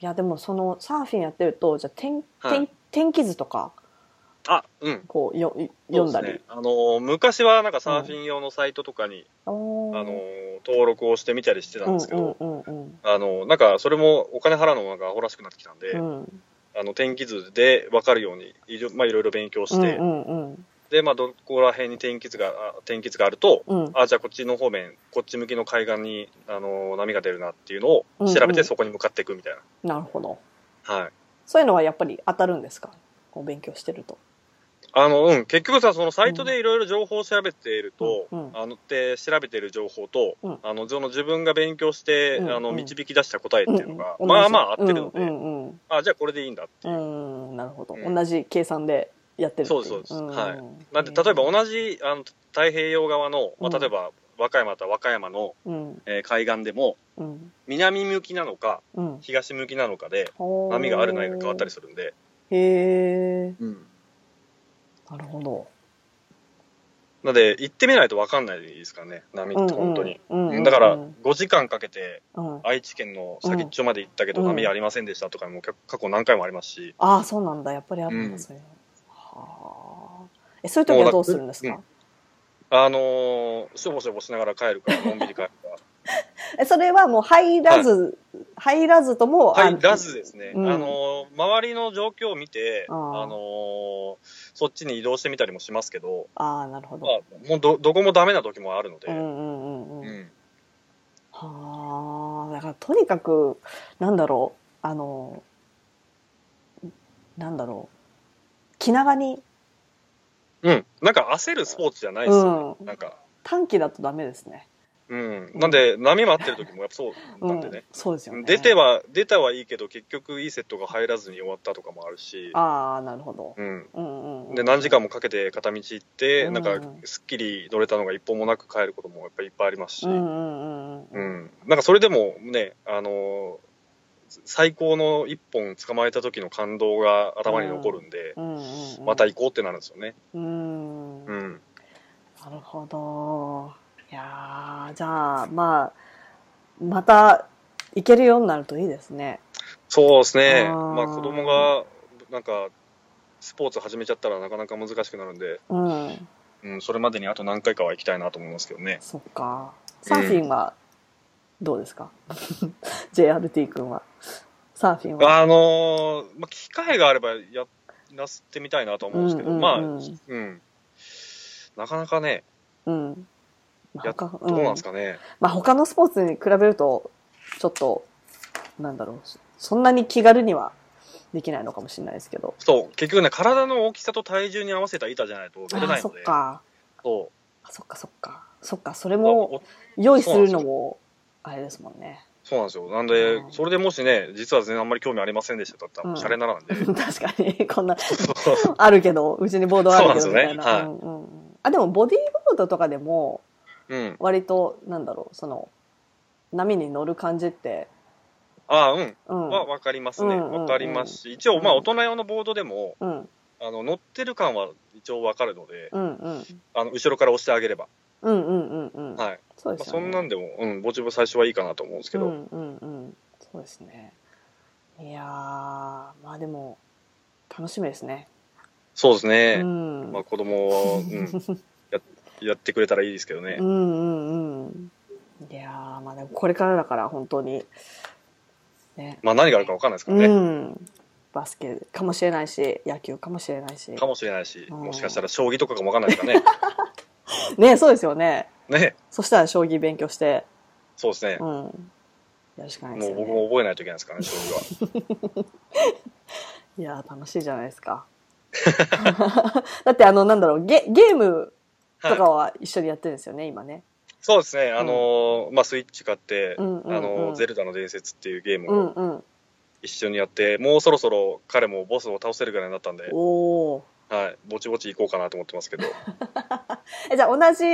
いやでもそのサーフィンやってるとじゃあ天,、
はい
天天気図とか
あ、うん。
こうよい
そ
読ん
うです
だり、
ね、あの、昔はなんかサーフィン用のサイトとかに、
おー
あの、登録をしてみたりしてたんですけど、
うんうんうん
あの、なんか、それもお金払うのがアホらしくなってきたんで、
うんうん
あの、天気図で分かるように、いろまあ、いろいろ勉強して、
うんうん
で、まあ、どこら辺に天気図が、あ天気図があると、
うん
あ、じゃあこっちの方面、こっち向きの海岸に、あの、波が出るなっていうのを調べ
うんうん
て、そこに向かっていくみたいな。
なるほど
はい。
そういうのはやっぱり当たるんですかこう勉強してると
あの、うん、結局さ、そのサイトでいろいろ情報を調べていると、
うんうん
あの、で、調べている情報と、
うん
あの、その自分が勉強して、
うんうん
あの、導き出した答えっていうのが、
うんうん
ま
同
あ
じ
まあ合ってるので、
うんうんうん
あ、じゃあこれでいいんだっていう。
うんなるほど、
うん
同じ計算でやってるってい
そうですそう
ん
ですはいなんで、例えば同じ、あの、太平洋側の、ま
う
あ、
ん
例えば、和歌山だったら和歌山の、
うん
えー海岸でも、
うん
南向きなのか、
うん
東向きなのかで、波
波
があるないが変わったりするんで、
へえ
うん。
なるほど
なので、行ってみないと分かんないですからね、波って本当に。
うんうんうんうん
だから、
うん
5時間かけて、
うん
愛知県の先っちょまで行ったけど、
うん
波ありませんでしたとかも結構過去何回もありますし、
ああそうなんだやっぱりあるんだ、
うん
そういうのはあえそういう時はどうするんですか、
もうあのー、しょぼしょぼしながら帰るから、のんびり帰るか
えそれはもう入らず、入らずとも
ら。は
あ
い、ラズですね。
うん
あのー、周りの状況を見て、
あ
あ
ー
のー、そっちに移動してみたりもしますけど、
ああなるほ
ま
ど、
あ、もうど、どこもダメな時もあるの
うんう
で、
んうんう
う
ん、
ん。
はあだからとにかくなんだろうあのなんだろう気長に
うん。なんか焦るスポーツじゃないですよね。
うん
なんか、
短期だとダメですね
うん。なんで、波待ってる時もやっぱそう
う
なん
ん
でね。
そうですよね
出ては、出たはいいけど、結局いいセットが入らずに終わったとかもあるし、
ああなるほど、
うん。
うんうんうん、
で、何時間もかけて片道行って、
うん
なんか、すっきり乗れたのが一本もなく帰ることもやっぱりいっぱいあります
う
し、うん。
んうんうんうん
なんかそれでもね、あのー最高の一本捕まえた時の感動が頭に残るんで、
うんうんうん
また行こうってなるんですよね。
うん
う。
なんるほどいやーじゃあまあまた行けるようになるといいですね
そうですね。
あー
まあ子供が、なんか、スポーツ始めちゃったらなかなか難しくなるんで、
うん
うん、それまでにあと何回かは行きたいなと思いますけどね。
そっかサーフィンはどうですか、JRT 君はサーフィンは
あのーまあ、機会があればやらせてみたいなと思うんですけど、
うんうんうん
まあ、うん。なかなかね、
うんまあ
や
他
どうなんです
か、
かね。
まあ、他のスポーツに比べるとちょっとなんだろうそんなに気軽にはできないのかもしれないですけど
そう、結局ね、体の大きさと体重に合わせた板じゃないと
あ
乗れな
ー
い
そ
の
っ
で、
か
そ
あそっかそっかそっかそれ
う
も
お
用意するのもあれですもんね [laughs]
そうなんですよ。なんで
うん、
それでもしね、実は全然あんまり興味ありませんでしただった
う
ら、
ん
もうシャレになら
[laughs]
んで。
確
[laughs]
かにこんな
そう
あるけどうちにボードあるけど
そう
み
な
た
んですよ
いな
ね
うんうんうんあでもボディーボードとかでも
うん。
割となんだろうその波に乗る感じって、
ああ、うん。
うん、
はわかりますね。
うんうんうん
わかりますし、一応、まあ、大人用のボードでも、
うん
あの、乗ってる感は一応わかるので、
うんうん
あの、後ろから押してあげれば。
うんうんうんうん
はい。
そう
ま
で
あ、
すよ
そ
ね
んなんでも、うん、ぼちぼち最初はいいかなと思うんですけ
う
ど。
んうんうんそうですねいやーまあでも楽しみですね
そうです
う
ね。
ん、
まあ、子供は、うん、
[laughs]
や、やってくれたらいいですけどね
う。んうんうんいやーまあでもこれからだから本当にね
まあ、何があるかわかんないですから
う
ね。
んバスケかもしれないし野球かもしれないし
かもしれないし、
うん
もしかしたら将棋とかかもわかんない
[laughs]
ですからね。
ねそうですよね
ね。
そしたら将棋勉強して
そうですね
う。んやるしかないです
もう
よ
僕
ね
も覚えないといけないですからね、将棋は。
いやー楽しいじゃないですか [laughs] だってあのなんだろうゲゲームとかは一緒にやってるんですよね、今ね
そうですね、あのーまあ、スイッチ買って、
うんうんうん
あのーゼルダの伝説っていうゲー
う
ム
ん
を
うん
一緒にやって、もうそろそろ彼もボスを倒せるぐらいになったんで、
おお
はい、ぼちぼち行こうかなと思ってますけど、
ーえじゃあ同じ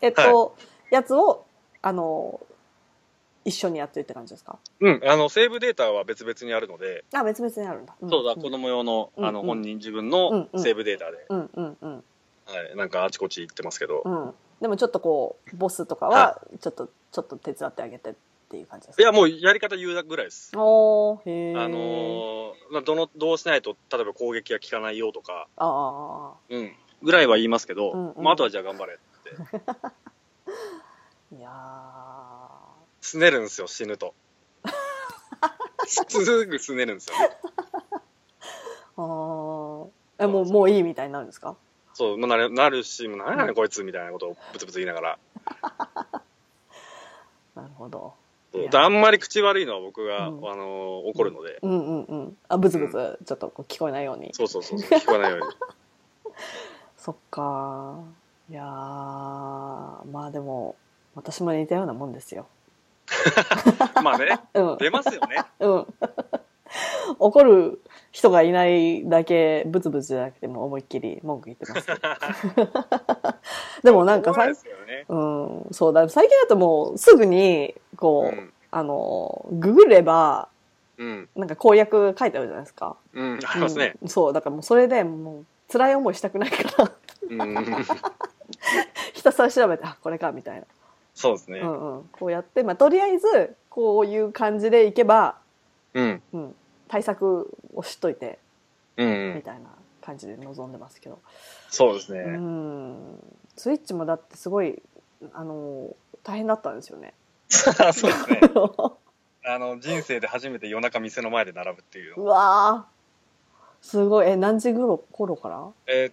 えっと、やつをあの一緒にやってるって感じですか
うん、あの、セーブデータは別々にあるので、
あ別々にあるんだ、ん
そうだ、
ん
子供用の、
うん
あの、
うん
本人自分
うん
の
うん
セーブデータで、
うんうんうん
はい、なんかあちこち行ってますけど
う、んでもちょっとこうボスとかはちょっとちょっと手伝ってあげてっていう感じです
い
か
や、もうやり方言うぐらいです。
おーへえ
あのーまあ、どの、どうしないと、例えば攻撃が効かないよとか、
あああ
うん、ぐらいは言いますけど、
うんうん
まあ、あとはじゃあ頑張れって、
あいやー
すねるんですよ、死
[laughs]
ぬと。すぐすねるんですよね。
あーえもうもういいみたいになるんですか
そう、もうなるなるし、もう何やねんこいつみたいなことをブツブツ言いながら。
なるほど
そう
いや
であんまり口悪いのは僕が、
うん
あのー怒るので、
うんうんうんあブツブツちょっとこう聞こえないように
そうそうそうそう、聞こえないように。
[laughs] そっかいやーまあでも私も似たようなもんですよ
まあね、
うん
出ますよね。
うん [laughs] 怒る人がいないだけブツブツじゃなくてもう思いっきり文句言って
[laughs]
ますでもなんか
さ、
最
ですよね。
うん、そうだ最近だともうすぐにこう、
うん
あのググれば
うん、
なんか公約書いてあるじゃないですか
うん、ありますね。
うんそうだからもうそれでもう辛い思いしたくないから [laughs]
うん、 [laughs]
ひたすら調べてあこれかみたいな、
そうですね。
うんうん、こうやって、まあ、とりあえずこういう感じでいけば、
うん、
うん、対策をしといて
うん、う
み
ん、
たいな感じで臨んでますけど、
そうです
う
ね。
ん、スイッチもだってすごいあの大変だったんですよね。
[laughs]
[laughs]
そうですね。あの、人生で初めて夜中店の前で並ぶっていう
う
の。
わーすごいえ何時頃頃から
えーっ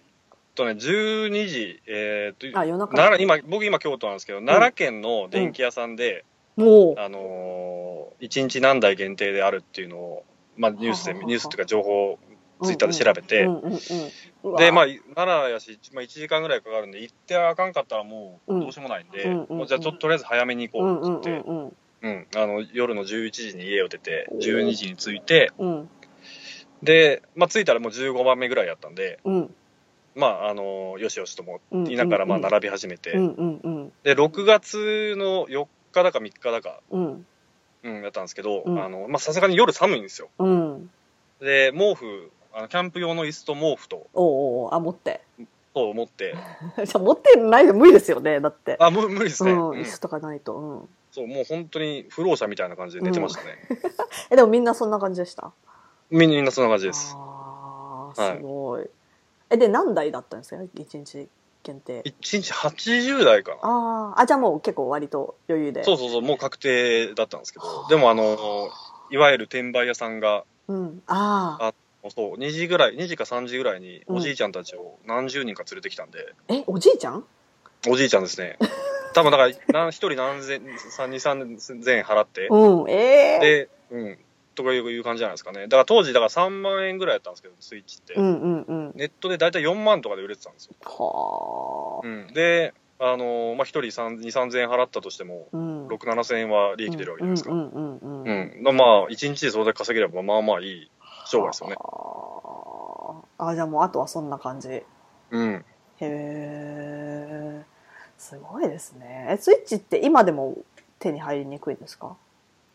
とね、12時、えーっと、
あ夜中
奈良今僕今京都なんですけど奈良県の電気屋さんで、
もう
あのー一日何台限定であるっていうのを、まあ、ニュースで
はははは
ニュースっていうか情報をツイッターで調べて、
うんうんうんうんうわ
で、まあ、奈良やし、まあ、1時間ぐらいかかるんで行ってあかんかったらも
う
うんどうしようもないんで、
うんうんうん
もうじゃあちょっととりあえず早めに行
う
こ
んう
うんっ
う
て言って、
んうん
うんあの夜の11時に家を出て
おー
12時に着いて
うん
で、まあ、着いたらもう15番目ぐらいやったんで、
うん
まああのーよしよしとも
うん
言いながらまあ並び始めて、
うんうんうん
で6月の4日だか3日だか
うん
うん、やったんですけど、
うん
あの、まあ、さすがに夜寒いんですよ。
うん
で、毛布、あの、キャンプ用の椅子と毛布と、
おうおうあ持って
と思って、
[laughs] じゃあ持ってないで無理ですよねだって
あ、無無理です
う
ね、
ん
うん
椅子とかないとうん
そう、もう本当に不老者みたいな感じで寝てましたね。
えでもみんなそんな感じでした
みんなみんなそんな感じです。
あ
は
あ
い
すごいえで何台だったんですか一日限定
1日80代かな。
あーあじゃあもう結構割と余裕で
そうそうそう、もう確定だったんですけ
は
ど
あ、
でもあの、いわゆる転売屋さんが、
うんああ
そう、2時ぐらい、2時か3時ぐらいに、
うん
おじいちゃんたちを何十人か連れてきたんで、
えおじいちゃん
おじいちゃんで
[laughs]
すね。多分だから、なん一人何千、三二三千円払って、
うんええ
で、うん、とかいう感じじゃないですかね。だから当時、だから3万円ぐらいだったんですけど、スイッチって。
うんうんうん
ネットで大体4万とかで売れてたんですよ。
はあ
うん、で、あのーまあ、1人3 2、3000円払ったとしても、
うん
6、7000円は利益出るわけじゃないですか。
う
うん
んうんうんうん
だからまあ、1日でそれだけ稼げれば、まあまあいい商売ですよね。
はああじゃあもうあとはそんな感じへ
うん。
えすごいですね。え、スイッチって今でも手に入りにくいんですか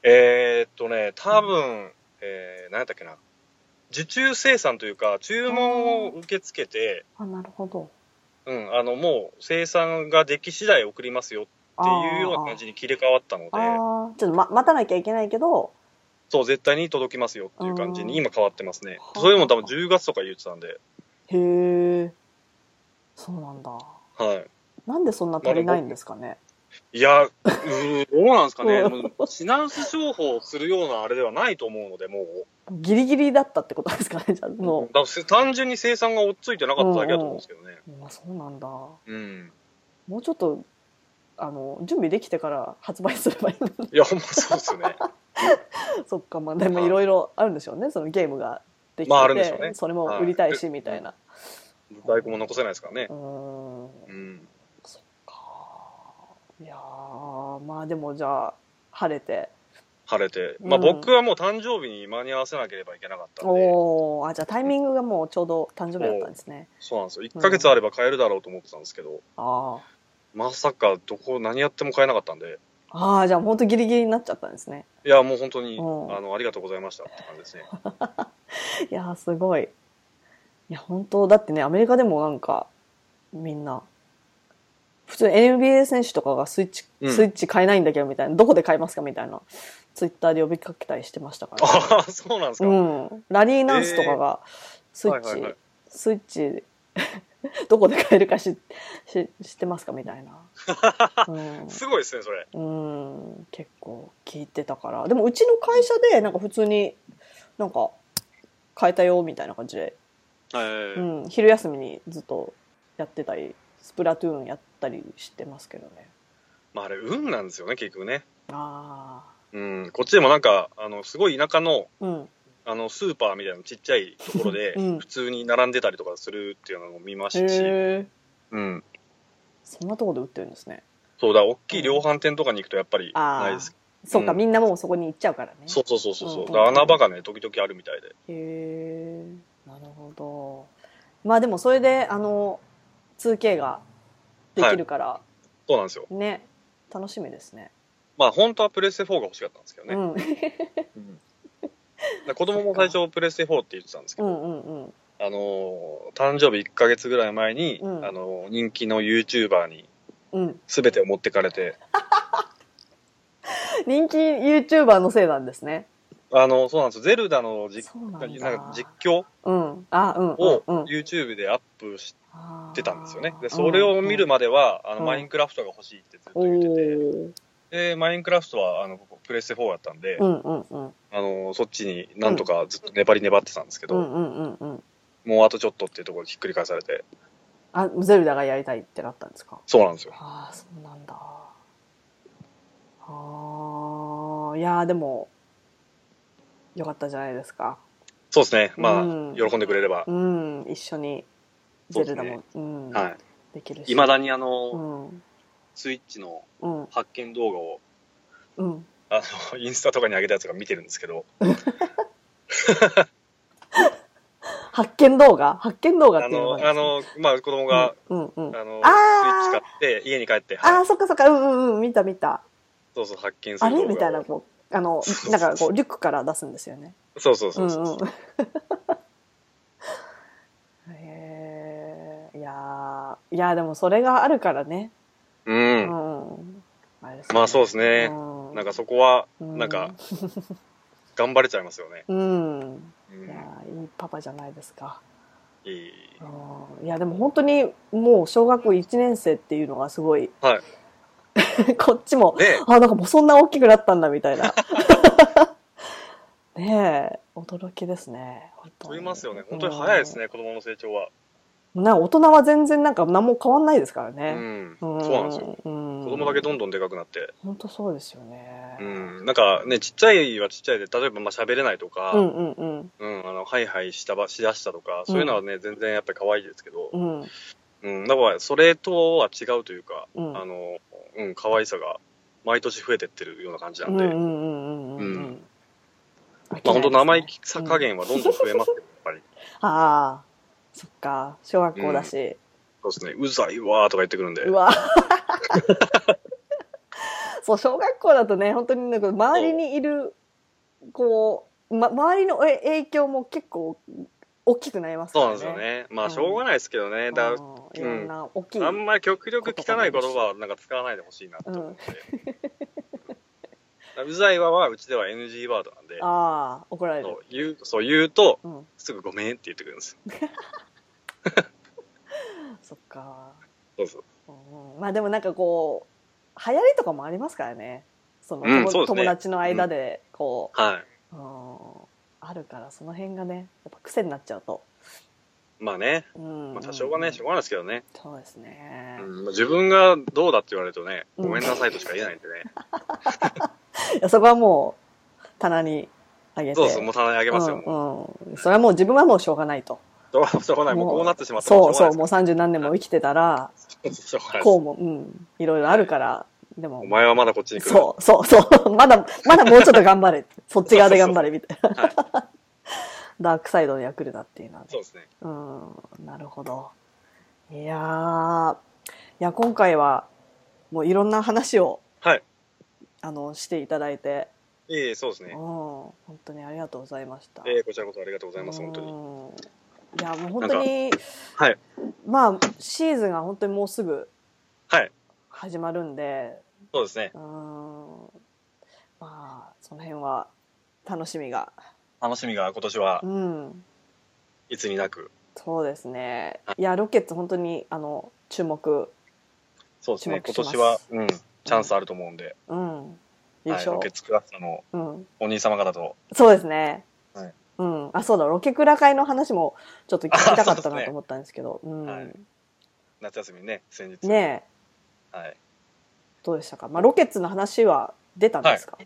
えー、っとね、多分、えー、何やったっけな。受注生産というか、注文を受け付けて、
あ、なるほど。
うん、あの、もう生産ができ次第送りますよっていうような感じに切り替わったので
あ、ーあーちょっと、ま、待たなきゃいけないけど、
そう、絶対に届きますよっていう感じに今変わってますね。
はあ
それも多分10月とか言ってたんで、
へえ。そうなんだ。
はい。
なんでそんな足りないんですかね。
いや、うーどうなんです
[laughs]
かね。
う
もう品薄商法するようなあれではないと思うので、もう。
ギリギリだったってことですかね、じゃあ、も
だから単純に生産が追っついてなかっただけだと思うんですけどね。
う。まあ、そうなんだ。も
うん。
うちょっと、あの、準備できてから発売すればいいの [laughs] に。
いや、ほんまそうで
[laughs]
すね。
そっか、まあ、でもいろいろいろあるんでしょうね、そのゲームができてて、
まああるんでしょうね
それも売りたいし、みたいな。
在庫も残せないですからね
う。ーん。
うん。
かいやーまあでもじゃあ晴れて
晴れて。まあ、
うん
僕はもう誕生日に間に合わせなければいけなかったんで、
おおじゃあタイミングがもうちょうど誕生日だったんですね
そうなんですよ。1ヶ月あれば買えるだろうと思ってたんですけど、
あー
まさかどこ、何やっても買えなかったんで、
あーじゃあ本当ギリギリになっちゃったんですね
いや、もう本当に、
うん
あの、ありがとうございましたって感じですね。
[laughs] いやーすごいいや本当だってねアメリカでもなんかみんな普通に NBA 選手とかがスイッチ、
うん
スイッチ買えないんだけどみたいなどこで買えますかみたいなツイッターで呼びかけたりしてましたから、
ああ、そうなんですか。
うん、ラリー・ナンスとかがスイッチ、
はいはいはい
スイッチ [laughs] どこで買えるかしし知ってますかみたい
[laughs]
な、
すごいですね、それ。
うん、うん結構聞いてたからでもうちの会社でなんか普通になんか変えたよみたいな感じで、
はい、
うん、昼休みにずっとやってたりスプラトゥーンやったりしてますけどね
まあ、あれ、運なんですよね、結局ね。
あ
うん。こっちでもなんか、あの、すごい田舎の、
あうん
あの、スーパーみたいなちっちゃいところで、
うん
普通に並んでたりとかするっていうのも見ま
へ
したし、
え
うん。
そんなとこで売ってるんですね
そうだ、大きい量販店とかに行くとやっぱり
ああ
ないです。
そうか、
うん
みんなもうそこに行っちゃうからね
そうそうそうそう。そ
う
う
ん
だから穴場がね、時々あるみたいで。
へえなるほどまあでもそれであの 2K ができるから、
そうなんですよ。
ね楽しみですね
まあ、本当はプレステ4が欲しかったんですけど
う
ね。
ん、
うんだから子供も最初プレステ4って言ってたんですけ
う
ど、
んうんうん
あのー誕生日1ヶ月ぐらい前に、
うん
あのー人気の YouTuber に
うん
全てを持ってかれて、
人気 YouTuber のせいなんですね
あのーそうなんですよゼルダの実
そうなんだ
なんか実況
うんあうん
を
うんうん
YouTube でアップし
あー
てたんですよね。で、それを見る
うん
までは、あ
う
の、
ん
マインクラフトが欲しいってずっと
うん
言ってて、
おー
で、マインクラフトは、あの、ここプレステ4だったんで、
うんうんうん
あの、そっちになんとかずっと粘り粘ってたんですけ
う
ど、
んうんうんうん
もうあとちょっとっていうところでひっくり返されて、
あゼルダがやりたいってなったんですか
そうなんですよ。
ああそうなんだああいやーでもよかったじゃないですか
そうですね。まあ、
うん
喜んでくれれば
う。ん一緒に
そ
ゼ
うで
ル
すね
ダもう、ん
は
できる
い。
し
いまだにあの、
うん
スイッチの
うん
発見動画を、
うん
あの、インスタとかに上げたやつが見てるんですけど、
発見動画発見動画
あ
っていうの
の、
が
あの、まあ、子供が、
うんうんうん
あの、
あー
スイッチ買って、家に帰って、
あ
は
あ
い
そっかそっかうんうんうん見た見た
そうそう、発見す
あ
る動画
れ
を
みたいなこうあ
[laughs]
の
そう
なんかこうリュックから出すんですよね
そうそう
う
そ
ん
うそう。
うんへえいやーいやーでもそれがあるからね
うん。
うんあれですね
まあそうですね。
う
なんかそこは、
うん
なんか、頑張れちゃいますよね。
うん
う
いや
ん
ーいいパパじゃないですか
いい。
うんいやでも本当にもう小学校1年生っていうのがすごい [laughs]
はい。
こっちも
で、
あなんかもうそんな大きくなったんだみた
[laughs]
いなねえ驚きですね本当
飛
に
びますよね。本当に早いですね、子供の成長は。
うんな大人は全然なんか何も変わんないですから
う
ね、
ん。
う
そうなんですよ。、
うん、
子供だけどんどんでかくなって。
本当そうですよね、
うん。なんかね、ちっちゃいはちっちゃいで、例えばまあ喋れないと
う
か、
んうんうん
うん、あの、ハイハイしたば、しだしたとか、そういうのはね、全然やっぱり可愛いですけど
う、ん
うん。だから、それとは違うというか、
うん
あの、うん、可愛さが、毎年増えてってるような感じな
うんんう
で、
んうんうんうんう
うん
んま
まあ本当生意
き
気さ加減はどんどん増えますよ、やっぱり。
ああそっか小学校だし、
そうですね、うざいわーとか言ってくるんで
う、わそう、小学校だとね、本当になんか周りにいる、こう、ま、周りのえ影響も結構大きくなりますか
そう
らね。
なんですよね。まあ、しょうがないですけどね。だ
うん。いろんな大きい。
あんまり極力汚い言葉はなんか使わないでほしいなって思って。うざいわはうちでは NG ワードなんで、
ああ、怒られ
そ
る。
う言うそう言うと、
うん。
すぐごめんって言ってくるんですよ。
そっか。
そうそう。
うんまあでもなんかこう、流行りとかもありますからね。その、
うん
友
そうですね
友達の間で、こ
は
う、うんあるから、その辺がね、やっぱ癖になっちゃうと。
い。まあね、
うん。
まあ、多少はね、しょうがないですけどね。
そうですね
う。ん、まあ自分がどうだって言われるとね、
うん
ごめんなさいとしか言えないんでね。
いやそこはもう、棚にあげて。
そうそう、もう棚にあげますよ。も
うん、うん。それはもう自分はもうしょうがないと。
うどうしょうがない。もう
もう
こうなってしまったらしょ
そううそ
が
う、
ない
も
で
う三十何年も生きてたら、
す。 [laughs] しょうがないです
こうも、うん、いろいろあるから、でも
お、前はまだこっちに来る。
そうそうそう、 [laughs] まだ、まだもうちょっと頑張れ。そっち側で頑張れ、みたいな。
はい。
[laughs] ダークサイドのヤクルだっていうのはね
そうですね。
うん、なるほど。いやー、いや、今回は、もういろんな話を、
はい。
あの、していただいて、
ええそうです
うん、
ね。
本当にありがとうございました。
ええこちらこそありがとうございます、本当に。
うんいや、もう本当に、
はい。
まあ、シーズンが本当にもうすぐ
はい。
始まるんで、
そうですね
う。ーん、まあ、その辺は楽しみが。
楽しみが今年は
うん、
いつになく。
そうですね。いや、ロケッツ本当に、あの、注目、
そうですね。
注
今
目します
年は、うん、チャンスあると思うんで、
うん、優
はい、
勝。
ロケツクラスターの
うん、
お兄様方と、
そうですね。
はい
うん、あ、そうだ、ロケクラ会の話もちょっと聞きたかっ
あそ
た
うです
な
ね
と思ったんですけど、うん、
はい夏休みね、先日。
ねえ、
はい。
どうでしたか。まあ、ロケッツの話は出たんですか、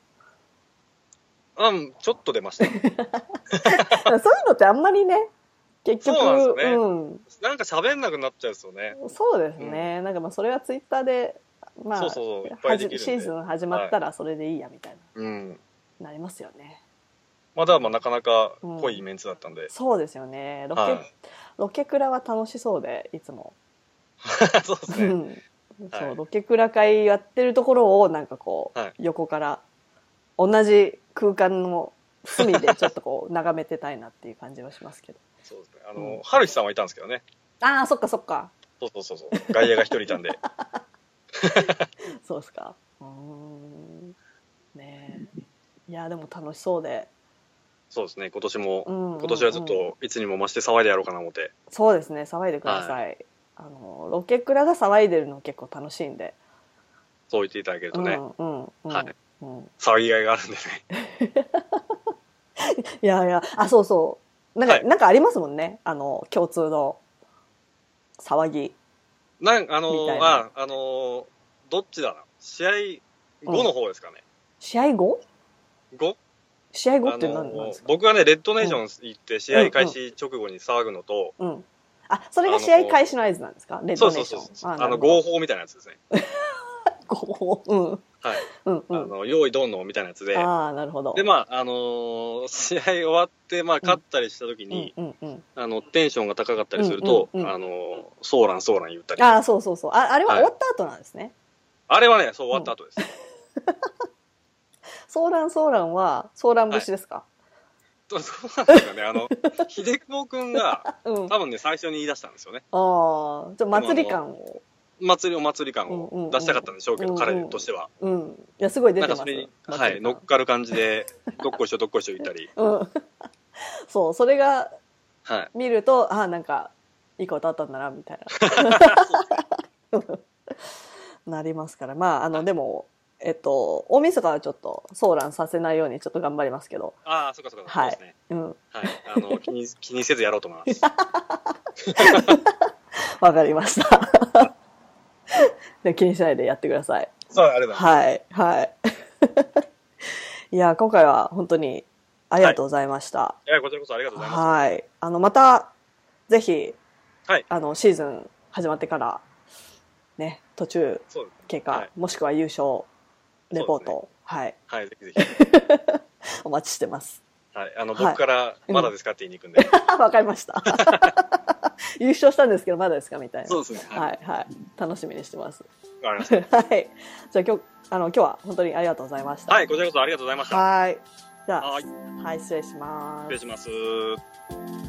うん、ちょっと出ました。
[laughs]
[laughs]
そういうのってあんまりね、結局、
そうなんですよね
うん
なんか喋んなくなっちゃうんですよね。
そうですね。なんかまあそれはツイッターで、まあ、
そうそういっぱいできるんで
はじシーズン始まったらそれでいいやみたいな、
うん。
なりますよね。
まだまあなかなか濃いメンツだったんで。
そうですよね。ロケ、
はい。 [laughs]
ロケクラは楽しそうで、いつも。
そうです
う
ね。
ん
はい
そう、ロケクラ会やってるところをなんかこう、
はい
横から同じ空間の隅でちょっと
[laughs]
こう眺めてたいなっていう感じはしますけど。
そうですね。あ
うん
の、春日さんはいたんですけどね。
ああ、そっかそっか。
そうそうそうそう。外野が一人い
[laughs]
たんで。
そうですか。うーん。ねえ。いや、でも楽しそうで。
そうですね。今年も、
うんうんうん
今年はちょっといつにも増して騒いでやろうかな思って。
そうですね、騒いでください。あの、ロケクラが騒いでるの結構楽しいんで。
そう言っていただけるとね、
うんうんうん。
はい
うん、
騒ぎがいがあるんでね。 [laughs]
いやいや、あ、そうそう。なんか、
はい
なんかありますもんね。あの、共通の騒ぎ。
なん、あの
みたい
ー、
な
あ、あのー、どっちだな。試合後の方ですかね。
試合後
5?
試合
あ
後
の
って何なんです
ー
か、
僕はね、レッドネーション行って試合開始直後に騒ぐのと、
うん。あ、それが試合開始の合図なんですかレッ
そ
ド
う
ネ
そ
ー
う
シ
そう
ョン。
そう。
な
あ
る
の、
ほど
合法みたいなやつですね。
合法。うん。
はい。
うんう
あ
ん。
の、用意どんのみたいなやつで。
ああ、なるほど。
で、まあ、あのー試合終わって、まあ、勝ったりした時に、
うんうんうん。
あの、テンションが高かったりすると、
うんうんうん
あのーソーラン、ソーラン言ったり。あ
ああ、そうそうそう。ああれは終わった後なんですね。
れはね、そう終わった後 [laughs] です。
ソーランソーランは、ソーラン節ですか、
そうそうなんですよ
[laughs]
ね。あの、秀久保くんが、
うん。あ
多分ね、最初に言い出したんですよね。
あ、ちょっと祭り感を。
祭りお祭り感
うんうんう
を
ん
出したかったんでしょうけど、
うんうん
彼としては。
うん。いや、すごい出
な
て
ん
ま
か
す。
それに、
祭り
はい、
感
乗っかる感じで、どっこいしょ、どっこいしょ言ったり。
うん。 [laughs] そう、それが
はい。
見ると、ああ、なんか、いいことあったんだな、みたい
[laughs]
な。なりますから。まあ、あの、でも、えっと、大晦日はちょっと、騒乱させないようにちょっと頑張りますけど、
ああ、そっかそっか、
はい
そうですね。
うん、
はい。あの、気に、 [laughs] 気にせずやろうと思います。
わかりました。 [laughs] で気にしないでやってください。
[laughs] そう、ありがとうございます。
はい、 [laughs] はい。いや、今回は本当にありがとうございました。
いや、こちらこそありがとうございます。
はい。あの、また、ぜひ、
はい
あの、シーズン始まってから、ね、途中
そうですね。
経過、
はい
もしくは優勝レポート、はい、
はい、ぜひぜひ。
お待ちしてます。 [laughs]
はい、あの、
はい [laughs]
僕から、まだですかって言いに行くんで。
わかりました。優勝したんですけどまだですかみたいな
そうですね。
は
はい。
いはい楽しみにしてます [laughs]
わかりました
はいじゃあ今日あの今日は本当にありがとうございました
はい、こちらこそありがとうございました。
はいじゃあ
はい、
はい失礼します
失礼します。